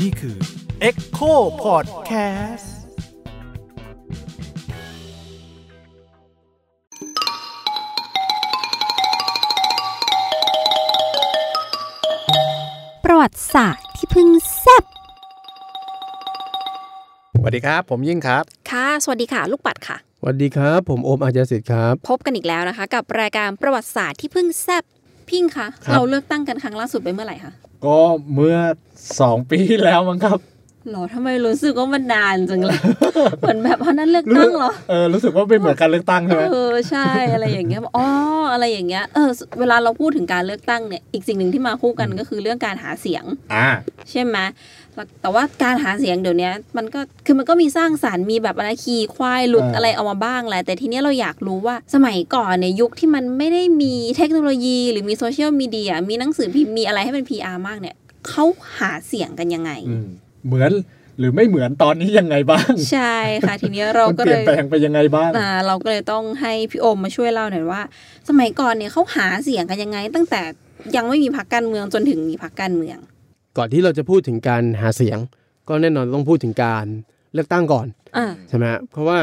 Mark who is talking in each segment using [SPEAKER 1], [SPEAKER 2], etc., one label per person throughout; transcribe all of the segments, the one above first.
[SPEAKER 1] นี่คือ
[SPEAKER 2] Echo Podcast
[SPEAKER 3] ประวัติศาสตร์ที่เพิ่งแซ่บ
[SPEAKER 4] สวัสดีครับ ผมยิ่งครับ
[SPEAKER 3] ค่ะ สวัสดีค่ะ ลูกปัดค่ะ
[SPEAKER 4] สวัสดีครับ ผมโอมอาจารย์สิทธิ์ครับ
[SPEAKER 3] พบกันอีกแล้วนะคะ กับรายการประวัติศาสตร์ที่เพิ่งแซ่บพิงคะ
[SPEAKER 4] ครับ
[SPEAKER 3] เราเลือกตั้งกันครั้งล่าสุดไปเมื่อไหร่คะ
[SPEAKER 5] ก็เมื่อสองปีที่แล้วมั้งครับ
[SPEAKER 3] หรอทำไมรู้สึกว่ามันนานจังเลย เหมือนแบบอันนั้นเลือกตั้งเหรอ
[SPEAKER 5] เออรู้สึกว่าเป็นเหมือนการเลือกตั้งใช่ไหม
[SPEAKER 3] เออใช่อะไรอย่างเงี้ยอ๋ออะไรอย่างเงี้ยเออเวลาเราพูดถึงการเลือกตั้งเนี่ยอีกสิ่งหนึ่งที่มาคู่กันก็คือเรื่องการหาเสียง
[SPEAKER 5] อ่า
[SPEAKER 3] ใช่ไหมแล้วแต่ว่าการหาเสียงเดี๋ยวเนี้ยมันก็คือมันก็มีสร้างสารรค์มีแบบอะไรขี่ควายหลุด
[SPEAKER 5] เอออ
[SPEAKER 3] อะไรออกมาบ้างแหละแต่ทีเนี้ยเราอยากรู้ว่าสมัยก่อนเนี่ยยุคที่มันไม่ได้มีเทคโนโลยี หรือมีโซเชียลมีเดียมีหนังสือพิมพ์มีอะไรให้เป็น PR มากเนี่ยเขาหาเสียงกันยังไง
[SPEAKER 5] อืมเหมือนหรือไม่เหมือนตอนนี้ยังไงบ้าง
[SPEAKER 3] ใช่ ค่ะ ทีเนี้ยเรา
[SPEAKER 5] มัน
[SPEAKER 3] ก็
[SPEAKER 5] เป
[SPEAKER 3] เล
[SPEAKER 5] ลี่ยน
[SPEAKER 3] ย
[SPEAKER 5] แปลงไปยังไงบ้าง
[SPEAKER 3] อ่าเราก็เลยต้องให้พี่โอมมาช่วยเล่าหน่อยว่า สมัยก่อนเนี่ยเขาหาเสียงกันยังไง ตั้งแต่ยังไม่มีพรรคการเมืองจนถึงมีพรรคการเมือง
[SPEAKER 4] ก่อนที่เราจะพูดถึงการหาเสียง ก็แน่นอนต้องพูดถึงการเลือกตั้งก่อน
[SPEAKER 3] อ่า
[SPEAKER 4] ใช่ไหมฮะเพราะว่า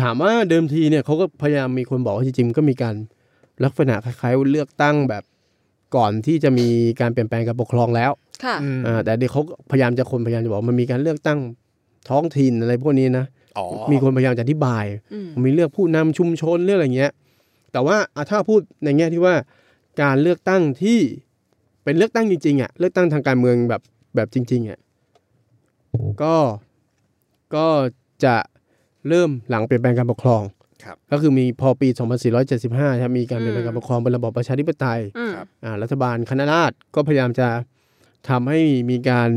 [SPEAKER 4] ถามว่าเดิมทีเนี่ยเขาก็พยายามมีคนบอกว่าจริงๆก็มีการลักษณะคล้ายๆเลือกตั้งแบบก่อนที่จะมีการเปลี่ยนแปลงการปกครองแล้ว
[SPEAKER 3] ค่ะ
[SPEAKER 4] อ่าแต่เด็กเขาพยายามจะคนพยายามจะบอกว่ามันมีการเลือกตั้งท้องถิ่นอะไรพวกนี้นะ
[SPEAKER 1] อ๋อ
[SPEAKER 4] มีคนพยายามจะอธิบาย
[SPEAKER 3] อืม
[SPEAKER 4] มีเลือกผู้นำชุมชนเรื่องอะไรเงี้ย แต่ว่าอ่ะถ้าพูดในแง่ที่ว่าการเลือกตั้งที่เป็นเลือกตั้งจริงๆอ่ะ เลือกตั้งทางการเมืองแบบแบบจริงๆอ่ะ ก็ก็จะเริ่มหลังเปลี่ยนแปลงการปกครอง
[SPEAKER 1] ครับ
[SPEAKER 4] ก็คือมีพอปี 2475ครับมีการเปลี่ยนแปลงการปกครองเป็นระบอบประชาธิปไตย
[SPEAKER 3] อืม
[SPEAKER 1] ครับ
[SPEAKER 4] อ่ารัฐบาลคณะราษฎรก็พยายามจะทำให้มีการ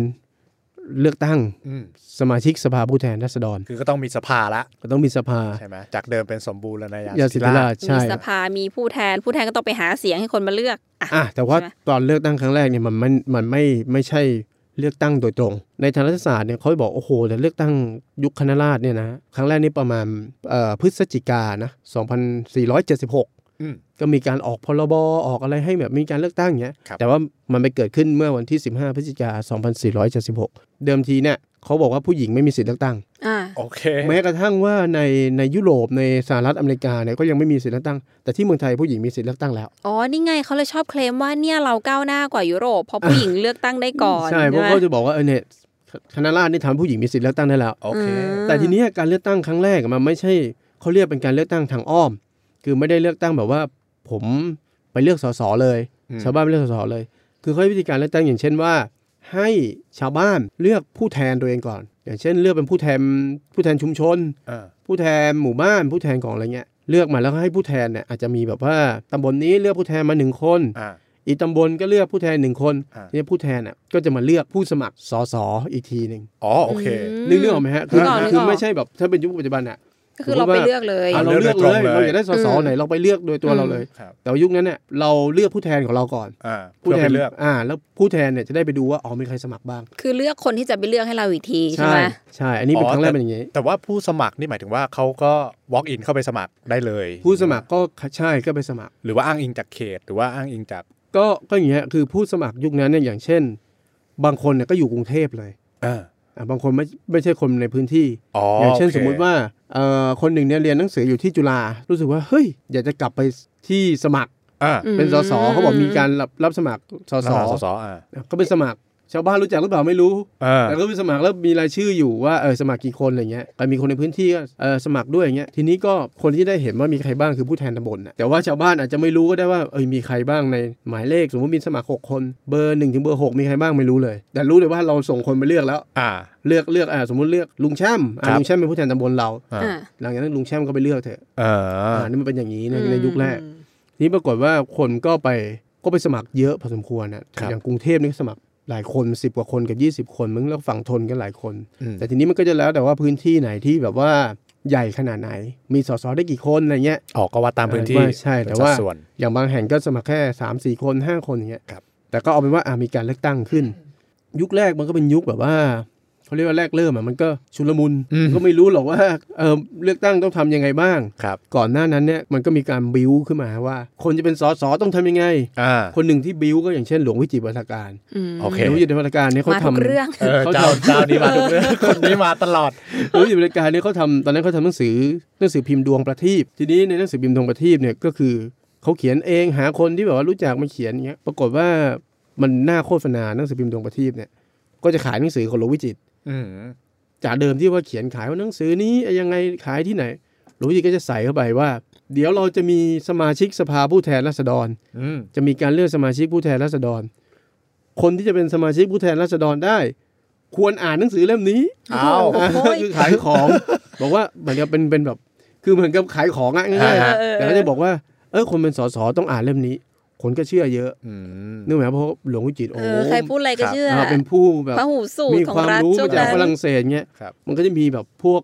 [SPEAKER 4] เลือกตั้ง
[SPEAKER 1] อืม
[SPEAKER 4] สมาชิกสภาผู้แทนราษฎร
[SPEAKER 1] คือก็ต้องมีสภาละ
[SPEAKER 4] ก็ต้องมีสภา
[SPEAKER 1] ใช่ไหมจากเดิมเป็นสมบูรณาญาย
[SPEAKER 4] าสิทธิราชใช่
[SPEAKER 3] มีสภา มีผู้แทน ผู้แทนก็ต้องไปหาเสียงให้คนมาเลือกอ่ะ
[SPEAKER 4] อ่ะแต่ว่า
[SPEAKER 3] ใช่ไหม
[SPEAKER 4] ตอนเลือกตั้งครั้งแรกเนี่ยมันมันมันไม่ไม่ใช่เลือกตั้งโดยตรง ในทางรัฐศาสตร์เนี่ยเขาบอกโอ้โหแต่เลือกตั้งยุคคณะราษฎรเนี่ยนะครั้งแรกนี่ประมาณเอ่อพฤศจิกานะ2476
[SPEAKER 1] อืม
[SPEAKER 4] ก็มีการออกพรบออกอะไรให้แบบมีการเลือกตั้งอย่างเงี้ย
[SPEAKER 1] ครับ
[SPEAKER 4] แต่ว่ามันไปเกิดขึ้นเมื่อวันที่ 15 พฤศจิกา2476 เดิมทีเนี่ยเขาบอกว่าผู้หญิงไม่มีสิทธิ์เลือกตั้ง
[SPEAKER 3] อ่า
[SPEAKER 1] โอเค
[SPEAKER 4] แม้กระทั่งว่าในในยุโรปในสหรัฐอเมริกาเนี่ยก็ยังไม่มีสิทธิ์เลือกตั้ง แต่ที่เมืองไทยผู้หญิงมีสิทธิ์เลือกตั้งแล้ว
[SPEAKER 3] อ๋อ นี่ไงเขาเลยชอบเคลมว่าเนี่ยเราก้าวหน้ากว่ายุโรป เพราะผู้หญิงเลือกตั้งได้ก่อน
[SPEAKER 4] ใช่เพราะ
[SPEAKER 3] ไหม
[SPEAKER 4] เขาจะบอกว่าเออเนี่ยคณะราษฎรนี่ทำให้ผู้หญิงมีสิทธิเลือกตั้งได้แล้ว
[SPEAKER 1] โอเค
[SPEAKER 3] อืม
[SPEAKER 4] แต่ทีเนี้ยการเลือกตั้งครั้งแรกอะมันไม่ใช่เขาเรียกเป็นการเลือกตั้งทางอ้อม คือไม่ได้เลือกตั้งแบบว่า ผมไปเลือกสสเลย
[SPEAKER 1] อืม
[SPEAKER 4] ชาวบ้านไปเลือกสสเลย คือเขาให้วิธีการเลือกตั้งอย่างเช่นว่า ให้ชาวบ้านเลือกผู้แทนตัวเองก่อน อย่างเช่น เลือกเป็นผู้แทนผู้แทนชุมชน
[SPEAKER 1] เออ
[SPEAKER 4] ผู้แทนหมู่บ้านผู้แทนของอะไรเงี้ยเลือกมาแล้วก็ให้ผู้แทนเนี่ยอาจจะมีแบบว่าตำบลนี้เลือกผู้แทนมาหนึ่งคน
[SPEAKER 1] อ่า
[SPEAKER 4] อีกตำบลก็เลือกผู้แทนหนึ่งคน
[SPEAKER 1] อ่า
[SPEAKER 4] เนี่ยผู้แทนอ่ะก็จะมาเลือกผู้สมัครสสอีกทีหนึ่ง
[SPEAKER 1] อ๋อโอเค
[SPEAKER 3] ม
[SPEAKER 4] นึกเรื่องออกไหมฮะคือ
[SPEAKER 3] นึกออกนึกออก
[SPEAKER 4] คือไม่ใช่แบบถ้าเป็นยุคปัจจุบันอ่ะ
[SPEAKER 3] ก็คือเราไปเลือกเลย
[SPEAKER 4] อ่ะเรา
[SPEAKER 1] เลื
[SPEAKER 4] เลื
[SPEAKER 1] อ
[SPEAKER 4] อก ก
[SPEAKER 1] โดยต
[SPEAKER 4] เลย
[SPEAKER 1] รงเลย
[SPEAKER 4] เราอยากได้สส
[SPEAKER 3] อืม
[SPEAKER 4] ไหนเราไปเลือกโดยตัวเราเลย
[SPEAKER 1] ครับ
[SPEAKER 4] แต่ว่ายุคนั้นเนี่ยเราเลือกผู้แทนของเราก่อน
[SPEAKER 1] อ่า
[SPEAKER 4] ผู้
[SPEAKER 1] เพื่อ
[SPEAKER 4] แท
[SPEAKER 1] ไป
[SPEAKER 4] น
[SPEAKER 1] เลือก
[SPEAKER 4] อ่า แล้วผู้แทนเนี่ยจะได้ไปดูว่าอ๋อมีใครสมัครบ้าง
[SPEAKER 3] คือเลือกคนที่จะไปเลือกให้เราอีกทีใช่ไหม
[SPEAKER 4] ใช่อันนี้เป็นครั้งแรกเป็นอย่างนี้
[SPEAKER 1] แต่ว่าผู้สมัครนี่หมายถึงว่าเขาก็ walk in เข้าไปสมัครได้เลย
[SPEAKER 4] ผู้สมัครก็ใช่ก็ไปสมัคร
[SPEAKER 1] หรือว่าอ้างอิงจากเขต หรือว่าอ้างอิงจาก
[SPEAKER 4] ก็ก็อย่างเงี้ยคือผู้สมัครยุคนั้นเนี่ยอย่างเช่น บางคนเนี่ยก็อยู่กรุงเทพเลย
[SPEAKER 1] อ่า
[SPEAKER 4] อ่ะบางคนไม่ไม่ใช่คนในพื้นที่
[SPEAKER 1] อ๋อ
[SPEAKER 4] อ
[SPEAKER 1] อย่าง
[SPEAKER 4] เช่น
[SPEAKER 1] โค
[SPEAKER 4] สมมุติว่าเอ่อคนหนึ่งเนี่ยเรียนหนังสืออยู่ที่จุฬารู้สึกว่าเฮ้ยอยากจะกลับไปที่สมัคร
[SPEAKER 1] อ่า
[SPEAKER 4] เป็นสสเขาบอกมีการรับรับสมัครส
[SPEAKER 1] ส
[SPEAKER 4] ส
[SPEAKER 1] สสอ่า
[SPEAKER 4] ก็ไปสมัคร ชาวบ้านรู้จักหรือเปล่าไม่รู้
[SPEAKER 1] อ่า
[SPEAKER 4] แต่ก็ไปสมัครแล้วมีรายชื่ออยู่ว่าเออสมัครกี่คนอะไรเงี้ยแต่มีคนในพื้นที่ก็เออสมัครด้วยอย่างเงี้ยทีนี้ก็คนที่ได้เห็นว่ามีใครบ้างคือผู้แทนตำบลนะแต่ว่าชาวบ้านอาจจะไม่รู้ก็ได้ว่าเออมีใครบ้างในหมายเลขสมมติมีสมัครหกคนเบอร์หนึ่งถึงเบอร์หกมีใครบ้างไม่รู้เลย แต่รู้เลยว่าเราส่งคนไปเลือกแล้ว
[SPEAKER 1] อ่า
[SPEAKER 4] เลือกเลือกอ่าสมมติเลือกลุงแช่มอ่า
[SPEAKER 1] ครับ
[SPEAKER 4] ลุงแช่มเป็นผู้แทนตำบลเรา
[SPEAKER 1] อ่า
[SPEAKER 3] อ่า
[SPEAKER 4] หลังจากนั้นลุงแช่มก็ไปเลือกเถอะ
[SPEAKER 1] เออ
[SPEAKER 4] อ่านี่มันเป็นอย่างนี้ใน
[SPEAKER 3] อืม
[SPEAKER 4] ในยุคแรก นี่ปรากฏว่าคนก็ไปก็ไปสมัครเยอะพอสมควรนะอย่างกรุงเทพนี่ก็สมัครหลายคน 10 กว่าคนกับ 20 คนมึงแล้วฝั่งทนกันหลายคน
[SPEAKER 1] อืม
[SPEAKER 4] แต่ทีนี้มันก็จะแล้วแต่ว่าพื้นที่ไหนที่แบบว่าใหญ่ขนาดไหน มีสสได้กี่คนอะไรเงี้ย
[SPEAKER 1] ออกก็ว่าตามพื้นที่
[SPEAKER 4] เออว่าใช่แต่ว่า
[SPEAKER 1] เป็นสัดส่วน
[SPEAKER 4] อย่างบางแห่งก็สมัครแค่ 3 4 คน 5 คนอย่างเงี้ย
[SPEAKER 1] ครับ
[SPEAKER 4] แต่ก็เอาเป็นว่าอ่ะมีการเลือกตั้งขึ้น ยุคแรกมันก็เป็นยุคแบบว่า เขาเรียกว่าแรกเริ่มอ่ะมันก็ชุลมุน
[SPEAKER 1] อืม
[SPEAKER 4] ก็ไม่รู้หรอกว่าเออเลือกตั้งต้องทำยังไงบ้าง
[SPEAKER 1] ครับ
[SPEAKER 4] ก่อนหน้านั้นเนี่ยมันก็มีการบิวขึ้นมาว่า คนจะเป็นสสต้องทำยังไง
[SPEAKER 1] อ่า
[SPEAKER 4] คนหนึ่งที่บิวก็อย่างเช่นหลวงวิจิตรวัฒการ
[SPEAKER 3] ม
[SPEAKER 1] โอเค
[SPEAKER 4] หลวงวิจิตรวัฒการเนี่ยเขา
[SPEAKER 3] มาทุก
[SPEAKER 4] ทำ
[SPEAKER 3] เรื่อง
[SPEAKER 1] เออเจ้าเจ้านี้มาทุกเรื่องคนนี้มาตลอด
[SPEAKER 4] รู้อยู่ในการเนี่ยเขาทำตอนนั้นเขาทำหนังสือหนังสือพิมพ์ดวงประทีปทีนี้ในหนังสือพิมพ์ดวงประทีปเนี่ยก็คือเขาเขียนเองหาคนที่แบบว่ารู้จักมาเขียนอย่างเงี้ยปรากฏว่ามันน่าโฆษณาหนังสือพิมพ์ดวงประทีปเนี่ยก็จะขายหนังสือของหลวงวิจิตร
[SPEAKER 1] อืม
[SPEAKER 4] จากเดิมที่ว่าเขียนขายว่าหนังสือนี้ยังไงขายที่ไหนหลวงวิจิตรก็จะใส่เข้าไปว่า เดี๋ยวเราจะมีสมาชิกสภาผู้แทนราษฎร
[SPEAKER 1] อืม
[SPEAKER 4] จะมีการเลือกสมาชิกผู้แทนราษฎร คนที่จะเป็นสมาชิกผู้แทนราษฎรได้ ควรอ่านหนังสือเล่มนี้
[SPEAKER 1] อ้าว
[SPEAKER 3] โโห
[SPEAKER 4] คือขายของ บอกว่าเหมือนกับเป็นเป็นแบบคือเหมือนกับขายของอะง่าย
[SPEAKER 1] อ่าฮะ
[SPEAKER 4] ๆแต่ก็จะบอกว่าเออคนเป็นสสต้องอ่านเล่มนี้ คนก็เชื่อเยอะ
[SPEAKER 1] อืม
[SPEAKER 4] นึกไหมเพราะหลวงวิจิตร
[SPEAKER 3] เอ
[SPEAKER 4] โอ้
[SPEAKER 3] อใครพูดอะไรก็เชื่อ
[SPEAKER 4] อ่าเป็นผู้แบบ
[SPEAKER 3] พระหูสูตร
[SPEAKER 4] มี
[SPEAKER 3] ของ
[SPEAKER 4] ความ
[SPEAKER 3] รัฐ
[SPEAKER 4] รู้
[SPEAKER 3] ช่ว
[SPEAKER 4] มาง จาก
[SPEAKER 3] นั้น
[SPEAKER 4] ฝรั่งเศสเงี้ย
[SPEAKER 1] ครับ
[SPEAKER 4] มันก็จะมีแบบพวก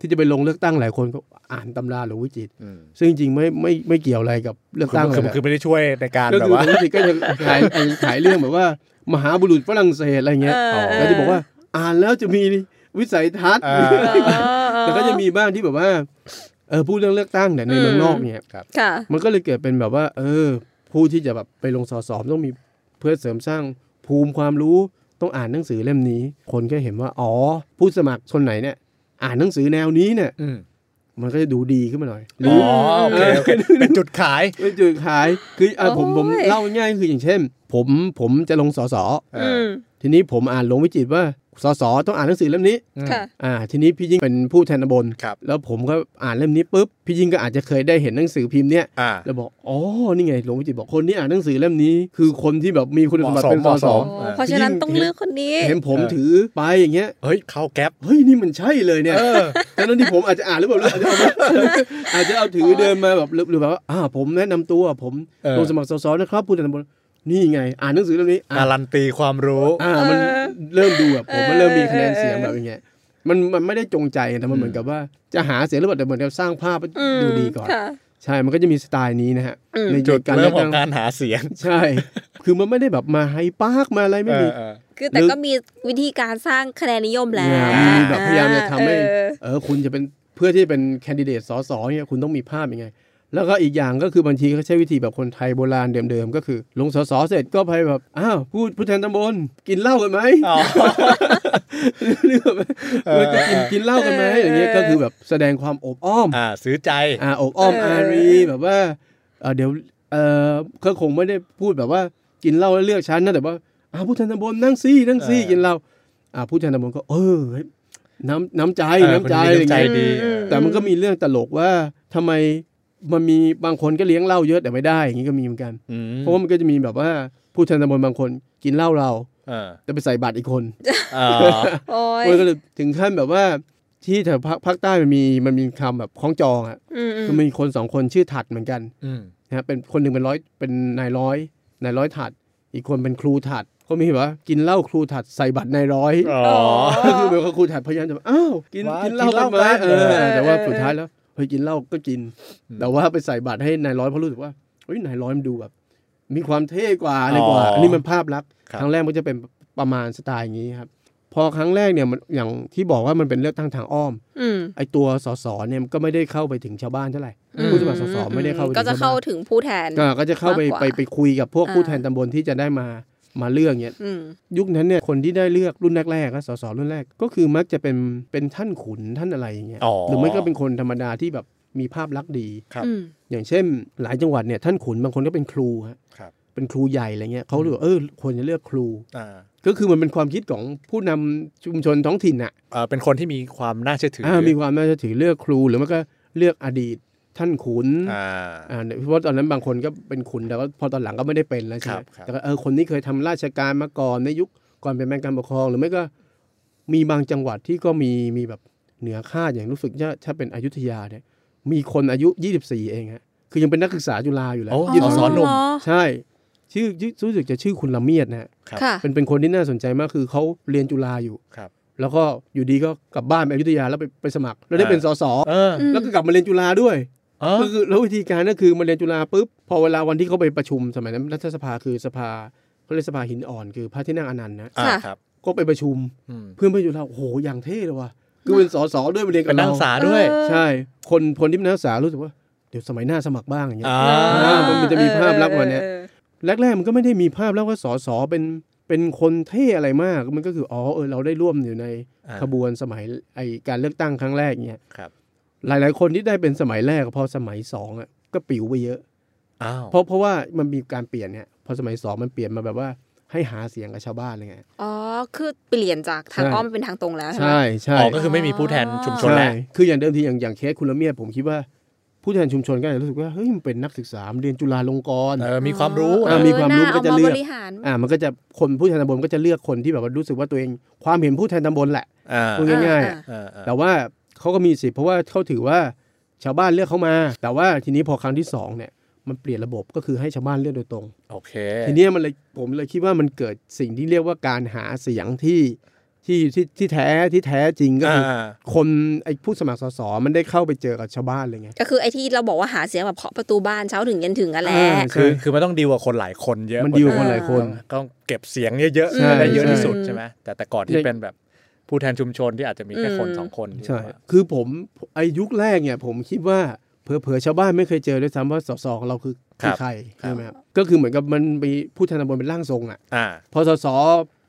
[SPEAKER 4] ที่จะไปลงเลือกตั้งหลายคนก็อ่านตำราหลวงวิจิตร
[SPEAKER 1] อืม
[SPEAKER 4] ซึ่งจริงๆไม่ไม่ไม่เกี่ยวอะไรกับเลือก
[SPEAKER 1] คือ
[SPEAKER 4] ตั้งเล
[SPEAKER 1] คือย คือไม่ได้ช่วยในการ
[SPEAKER 4] ก็
[SPEAKER 1] แบ
[SPEAKER 4] คื
[SPEAKER 1] บ
[SPEAKER 4] อหล
[SPEAKER 1] ว่า
[SPEAKER 4] วงวิจิตรก็จะขายขายเรื่องแบบว่า มหาบุรุษฝรั่งเศสอะไรเงี้ย
[SPEAKER 3] เออ
[SPEAKER 4] แล้วจะบอกว่าอ่านแล้วจะมีวิสัยทัศน์
[SPEAKER 1] เออ
[SPEAKER 3] เออเออ
[SPEAKER 4] แต่ก็จะมีบ้างที่แบบว่าเออพูดเรื่องเลือกตั้งเนี่ยใน
[SPEAKER 3] อืม
[SPEAKER 4] เมืองนอกเนี่ย
[SPEAKER 3] ค่ะ
[SPEAKER 4] มันก็เลยเกิดเป็นแบบว่า เออ ผู้ที่จะแบบไปลงสอสอต้องมีเพื่อเสริมสร้างภูมิความรู้ต้องอ่านหนังสือเล่มนี้ คนก็เห็นว่าอ๋อผู้สมัครคนไหนเนี่ย อ่านหนังสือแนวนี้เนี่ย
[SPEAKER 1] อืม
[SPEAKER 4] มันก็จะดูดีขึ้นมาหน่อยหรื
[SPEAKER 1] อ๋
[SPEAKER 4] อ
[SPEAKER 1] อโอเคโอเคเป็นจุดขาย
[SPEAKER 4] ไม่จุดขายคืออ่ะผมผม
[SPEAKER 3] โอ้ย
[SPEAKER 4] เล่าง่ายๆคืออย่างเช่น ผมผมจะลงสอสอ
[SPEAKER 1] เอ
[SPEAKER 3] อื
[SPEAKER 1] อ
[SPEAKER 3] ม
[SPEAKER 4] ทีนี้ผมอ่านลงวิจิตรว่าสอสอต้องอ่านหนังสือเล่มนี้
[SPEAKER 1] อืม
[SPEAKER 3] ค่ะ
[SPEAKER 4] อ่าทีนี้พี่ยิ่งเป็นผู้แทนตำบล
[SPEAKER 1] ครับ
[SPEAKER 4] แล้วผมก็อ่านเล่มนี้ปุ๊บพี่ยิ่งก็อาจจะเคยได้เห็นหนังสือพิมพ์เนี้ย
[SPEAKER 1] อ่า
[SPEAKER 4] แล้วบอกอ๋อนี่ไงหลวงวิจิตรบอกคนที่อ่านหนังสือเล่มนี้ คือคนที่แบบมีคุณสมบัติเป็น
[SPEAKER 1] เห
[SPEAKER 4] สอ
[SPEAKER 1] มาะสม
[SPEAKER 4] สอ
[SPEAKER 1] เหมาะสม
[SPEAKER 3] โอ้เพราะฉะนั้นต้องเลือกคนนี้
[SPEAKER 4] เห็นผม
[SPEAKER 1] เออ
[SPEAKER 4] ถือไปอย่างเงี้ย
[SPEAKER 1] เฮ้ยเข้าแก๊ป
[SPEAKER 4] เฮ้ยนี่มันใช่เลยเนี่ย
[SPEAKER 1] เออ
[SPEAKER 4] ทั้งๆที่ผมอาจจะอ่านหรือเป ล่าหรืออาจจะเอาอาจจะเอาถือเดินมาแบบหรือหรือแบบว่าอ่าผมแนะนำตัวผม
[SPEAKER 1] เออ
[SPEAKER 4] ลงสมัครสสนะครับผู้แทนตำบลนี่ไง อ่านหนังสือเล่มนี้อ่า
[SPEAKER 1] กา
[SPEAKER 4] น
[SPEAKER 1] รันตีความรู้
[SPEAKER 4] อ่ามัน
[SPEAKER 3] เออ
[SPEAKER 4] เริ่มดูแบบผมมัน
[SPEAKER 3] เออ
[SPEAKER 4] เริ่มมีคะแนนเสียง
[SPEAKER 3] เออ
[SPEAKER 4] แบบอย่างเงี้ยมันมันไม่ได้จงใจแต่มันเหมือนกับว่าจะหาเสียงหรือเปล่าแต่เหมือนกับสร้างภาพให้ดูดีก่อน
[SPEAKER 3] ค่ะ
[SPEAKER 4] ใช่มันก็จะมีสไตล์นี้นะฮะ
[SPEAKER 3] อืม
[SPEAKER 4] ใน
[SPEAKER 1] จุด
[SPEAKER 4] การ
[SPEAKER 1] เริ่มขอ
[SPEAKER 4] เลือกตั้
[SPEAKER 1] ง
[SPEAKER 4] ง
[SPEAKER 1] การหาเสียง
[SPEAKER 4] ใช่ คือมันไม่ได้แบบมาไฮปาร์คมาอะไรไม่มี
[SPEAKER 1] เออ
[SPEAKER 3] คือแต่
[SPEAKER 4] เลือก
[SPEAKER 3] ก็มีวิธีการสร้างคะแนนนิยมแล้ว
[SPEAKER 4] มีแบบพยายามจะทำให้
[SPEAKER 3] เออ
[SPEAKER 4] เออคุณจะเป็นเพื่อที่จะเป็นแคนดิเดตสสเนี่ยคุณต้องมีภาพยังไง แล้วก็อีกอย่างก็คือบางทีเขาใช้วิธีแบบคนไทยโบราณเดิมๆก็คือ ลงสสเสร็จก็ไปแบบอ้าวพูดผู้แทนตำบลกินเหล้ากันไหม
[SPEAKER 1] อ๋อ
[SPEAKER 4] เรื่องแบบ
[SPEAKER 1] เออ
[SPEAKER 4] มันจะกินกินเหล้ากันไหมอย่างเงี้ยก็คือแบบแสดงความอบอ้อม
[SPEAKER 1] อ่าซื้อใจ
[SPEAKER 4] อ่าอบอ้อม
[SPEAKER 3] เออ
[SPEAKER 4] อารีแบบว่าเอ่อเดี๋ยวเออก็คงไม่ได้พูดแบบว่ากินเหล้าแล้วเลือกชั้นนะแต่ว่าอ่าผู้แทนตำบลนั่งซี่นั่งซี่
[SPEAKER 1] เออ
[SPEAKER 4] กินเหล้าอ่าผู้แทนตำบลก็ เออเฮ้ยน้ำน้ำใจ
[SPEAKER 1] เออ
[SPEAKER 4] น้ำใจ
[SPEAKER 1] คน
[SPEAKER 4] อะ
[SPEAKER 1] นี้น้ำ
[SPEAKER 4] ไร
[SPEAKER 1] ใจ
[SPEAKER 4] เงี้ย
[SPEAKER 1] ดี
[SPEAKER 3] อืม
[SPEAKER 4] แต่มันก็มีเรื่องตลกว่าทำไมมันมีบางคนก็เลี้ยงเหล้าเยอะแต่ไม่ได้อย่างงี้ก็มีเหมือนกัน
[SPEAKER 1] อืม
[SPEAKER 4] เพราะว่ามันก็จะมีแบบว่าผู้แทนตำบลบางคนกินเหล้าเรา
[SPEAKER 1] เออ
[SPEAKER 4] แต่ไปใส่บาตรอีกคน
[SPEAKER 1] อ่า
[SPEAKER 3] โอ้ย
[SPEAKER 4] มันก็เลยถึงขั้นแบบว่าที่แถวภาคภาคใต้มันมีมันมีคำแบบคล้องจองอ่ะ
[SPEAKER 3] อืมอืม
[SPEAKER 4] คือมีคนสองคนชื่อถัดเหมือนกัน
[SPEAKER 1] อืม
[SPEAKER 4] นะฮะเป็นคนหนึ่งเป็นร้อยเป็นนายร้อยนายร้อยถัด อีกคนเป็นครูถัดเขามีแบบว่ากินเหล้าครูถัดใส่บัตรนายร้อย
[SPEAKER 1] อ๋อ
[SPEAKER 4] ก็คือแบบว่าครูถัดพยายามจะแบบอ้าวกิน
[SPEAKER 1] ว้า
[SPEAKER 4] กินเหล้ากันไหม
[SPEAKER 1] กินเหล้ากัน
[SPEAKER 4] เออแต่ว่าสุดท้ายแล้วเฮ้ยกินเหล้าก็กิน แต่ว่าไปใส่บัตรให้นายร้อยเพราะรู้สึกว่าเฮ้ยนายร้อยมันดูแบบ มีความเท่กว่าอะไรก
[SPEAKER 1] อ๋
[SPEAKER 4] ว่า
[SPEAKER 1] ออั
[SPEAKER 4] อันนี้มันภาพลักษณ์
[SPEAKER 1] ครับ
[SPEAKER 4] ครั้งแรกมันจะเป็นประมาณสไตล์อย่างนี้ครับ พอครั้งแรกเนี่ยมันอย่างที่บอกว่ามันเป็นเลือกตั้งทางอ้อม
[SPEAKER 3] อืม
[SPEAKER 4] ไอตัวสสเนี่ยมันก็ไม่ได้เข้าไปถึงชาวบ้านเท่าไหร่
[SPEAKER 3] อื
[SPEAKER 4] ผู้สมัครสสไม่ได้เข้าไป
[SPEAKER 3] ก็จะเข้าถึงผู้แทน
[SPEAKER 4] ถึงชาวบ้านอ่าก็จะเข้าไป
[SPEAKER 3] มากกว่า
[SPEAKER 4] ไปไปคุยกับพวก
[SPEAKER 3] อ่า
[SPEAKER 4] ผู้แทนตำบลที่จะได้มามาเลือกเนี่ย
[SPEAKER 3] อืม
[SPEAKER 4] ยุคนั้นเนี่ยคนที่ได้เลือกรุ่นแรกๆก็สสรุ่นแรกก็คือมักจะเป็นเป็นท่านขุนท่านอะไรอย่างเงี้ย
[SPEAKER 1] อ๋อ
[SPEAKER 4] หรือไม่ก็เป็นคนธรรมดาที่แบบมีภาพลักษณ์ดี
[SPEAKER 1] ครับ
[SPEAKER 3] อืม
[SPEAKER 4] อย่างเช่น หลายจังหวัดเนี่ยท่านขุนบางคนก็เป็นครูฮะ
[SPEAKER 1] ครับ
[SPEAKER 4] เป็นครูใหญ่อะไรเงี้ยเขาเลยบอกเออควรจะเลือกครู
[SPEAKER 1] อ่า
[SPEAKER 4] ก็คือมันเป็นความคิดของผู้นำชุมชนท้องถิ่นอะ
[SPEAKER 1] เออเป็นคนที่มีความน่าเชื่อถืออ
[SPEAKER 4] อ่ามีความน่าจะถือเลือกครูหรือไม่ก็เลือกอดีตท่านขุน
[SPEAKER 1] อ่า
[SPEAKER 4] อ่าเพราะว่าตอนนั้นบางคนก็เป็นขุนแต่ว่าพอตอนหลังก็ไม่ได้เป็นแล้วใช่
[SPEAKER 1] ค
[SPEAKER 4] ไห
[SPEAKER 1] รั
[SPEAKER 4] ม
[SPEAKER 1] บครับ
[SPEAKER 4] แต่ก็เออคนนี้เคยทำราชการมาก่อนในยุคก่อนเป็นแม่การปกครอง หรือไม่ก็มีบางจังหวัดที่ก็มีมีแบบเหนือค่าดอย่างรู้สึกว่าถ้าเป็นอยุธยาเนี่ยมีคนอายุ 24 เองฮะคือยังเป็นนักศึกษาจุฬาอยู่เลย
[SPEAKER 1] โอ้
[SPEAKER 3] อ๋อ
[SPEAKER 1] ยินสอนหนุ่ม
[SPEAKER 4] ใช่ ชื่อชื่อรู้สึกจะชื่อคุณละเมียดนะฮะ
[SPEAKER 1] ครับ
[SPEAKER 3] ค่ะ
[SPEAKER 4] เป็นเป็นคนที่น่าสนใจมากคือเขาเรียนจุฬาอยู่
[SPEAKER 1] ครับ
[SPEAKER 4] แล้วก็อยู่ดีก็กลับบ้านไปอยุธยาแล้วไปไปสมัคร แล้วได้เป็นสส
[SPEAKER 1] เออ
[SPEAKER 3] อืม
[SPEAKER 4] แล้วก็กลับมาเรียนจุฬาด้วย
[SPEAKER 1] เออ
[SPEAKER 4] ก็คือแล้ววิธีการก็คือมาเรียนจุฬาปุ๊บพอเวลาวันที่เขาไปประชุมสมัยนั้นรัฐสภาคือสภาเขาเรียกสภาหินอ่อนคือพระที่นั่งอนันต์นะ
[SPEAKER 1] อ่า
[SPEAKER 3] ค่ะ
[SPEAKER 1] ครับ
[SPEAKER 4] ก็ไปประชุม
[SPEAKER 1] อืม
[SPEAKER 4] เพื่อนเพื่อนอยู่เราโอ้โหอย่างเท่เลยว่ะคือเป็นสสด้วยมาเรียน
[SPEAKER 1] เป็
[SPEAKER 4] กัน บ
[SPEAKER 1] นัก
[SPEAKER 4] เรา
[SPEAKER 1] ศึกษาด้วย
[SPEAKER 3] เออ
[SPEAKER 4] ใช่ คนคนที่เป็นนักศึกษารู้สึกว่าเดี๋ยวสมัยหน้าสมัครบ้างอย่างเงี้ย
[SPEAKER 1] อ่า
[SPEAKER 4] อ่ามันจะมีภาพลักษณ์มาเนี่ย
[SPEAKER 3] ออออออ
[SPEAKER 4] แรกๆมันก็ไม่ได้มีภาพแล้วว่าสสเป็นเป็นคนเท่อะไรมากมันก็คืออ๋อเออเราได้ร่วมอยู่ใน
[SPEAKER 1] อ่า
[SPEAKER 4] ขบวนสมัยไอการเลือกตั้งครั้งแรกเนี่ย
[SPEAKER 1] ครับ
[SPEAKER 4] หลายๆ คนที่ได้เป็นสมัยแรกพอสมัยสองอ่ะก็ปิ๋วไปเยอะ
[SPEAKER 1] อ้าว
[SPEAKER 4] เพราะเพราะว่ามันมีการเปลี่ยนเนี่ยพอสมัยสองมันเปลี่ยนมาแบบว่าให้หาเสียงกับชาวบ้านอะไรเงี้ย
[SPEAKER 3] อ๋อ คือเปลี่ยนจากทาง
[SPEAKER 4] ใช่
[SPEAKER 3] อ้อมเป็นทางตรงแล้วใช่ไหม
[SPEAKER 4] ใช่ใช่
[SPEAKER 1] อ๋อก็คือไม่มีผู้แทนชุมชน
[SPEAKER 4] ใช่
[SPEAKER 1] แล้ว
[SPEAKER 4] คืออย่างเดิมทีอย่างอย่างเคสคุณละเมียดผมคิดว่าผู้แทนชุมชนก็อาจจะรู้สึกว่าเฮ้ยมันเป็นนักศึกษามันเรียนจุฬาลงกรณ์
[SPEAKER 1] เออ มีความรู้
[SPEAKER 4] อ่ะ
[SPEAKER 1] นะ
[SPEAKER 4] มีความรู้
[SPEAKER 3] น่
[SPEAKER 4] ก็จะเลือก
[SPEAKER 3] าาบริหาร
[SPEAKER 4] อ่ามันก็จะคนผู้แทนตำบลก็จะเลือกคนที่แบบว่ารู้สึกว่าตัวเองความเห็นผู้แทนตำบลแหละ
[SPEAKER 1] อ่า
[SPEAKER 4] พูดง่ายๆอ่ะ
[SPEAKER 1] เออเออ
[SPEAKER 4] แต่ว่าเขาก็มีสิทธิ์เพราะว่าเขาถือว่าชาวบ้านเลือกเขามา แต่ว่าทีนี้พอครั้งที่สองเนี่ยมันเปลี่ยนระบบก็คือให้ชาวบ้านเลือกโดยตรง
[SPEAKER 1] โอเค
[SPEAKER 4] ทีเนี้ยมันเลยผมเลยคิดว่ามันเกิดสิ่งที่เรียกว่าการหาเสียงที่ที่ที่ที่แท้ที่แท้จริงก็คืออ
[SPEAKER 1] อ่า
[SPEAKER 4] คนไอ้ผู้สมัครสสมันได้เข้าไปเจอกับชาวบ้านเลยไง
[SPEAKER 3] ก็คือไอ้ที่เราบอกว่าหาเสียงแบบเคาะประตูบ้านเช้าถึงเย็นถึงกันแหละ
[SPEAKER 4] อ่า
[SPEAKER 1] คือคือมันต้องดีลกับคนหลายคนเยอะ
[SPEAKER 4] มันดีลกับคนหลายคน
[SPEAKER 1] ต้องเก็บเสียงเยอะ
[SPEAKER 4] ใช่
[SPEAKER 1] ๆได้เยอะ
[SPEAKER 4] ใช่
[SPEAKER 1] ที่สุดใช่ไหมแต่แต่ก่อนที่เป็นแบบผู้แทนชุมชนที่อาจจะมีแค่คนสองคน
[SPEAKER 4] ใช่ คือผมไอ้ยุคแรกเนี่ยผมคิดว่าเผลอๆชาวบ้านไม่เคยเจอด้วยซ้ำว่าสสของเราคือคือใครใช่ไหมครับก็คือเหมือนกับมันมีผู้แทนตำบลเป็นร่างทรงอ่ะ
[SPEAKER 1] อ่า
[SPEAKER 4] พอสส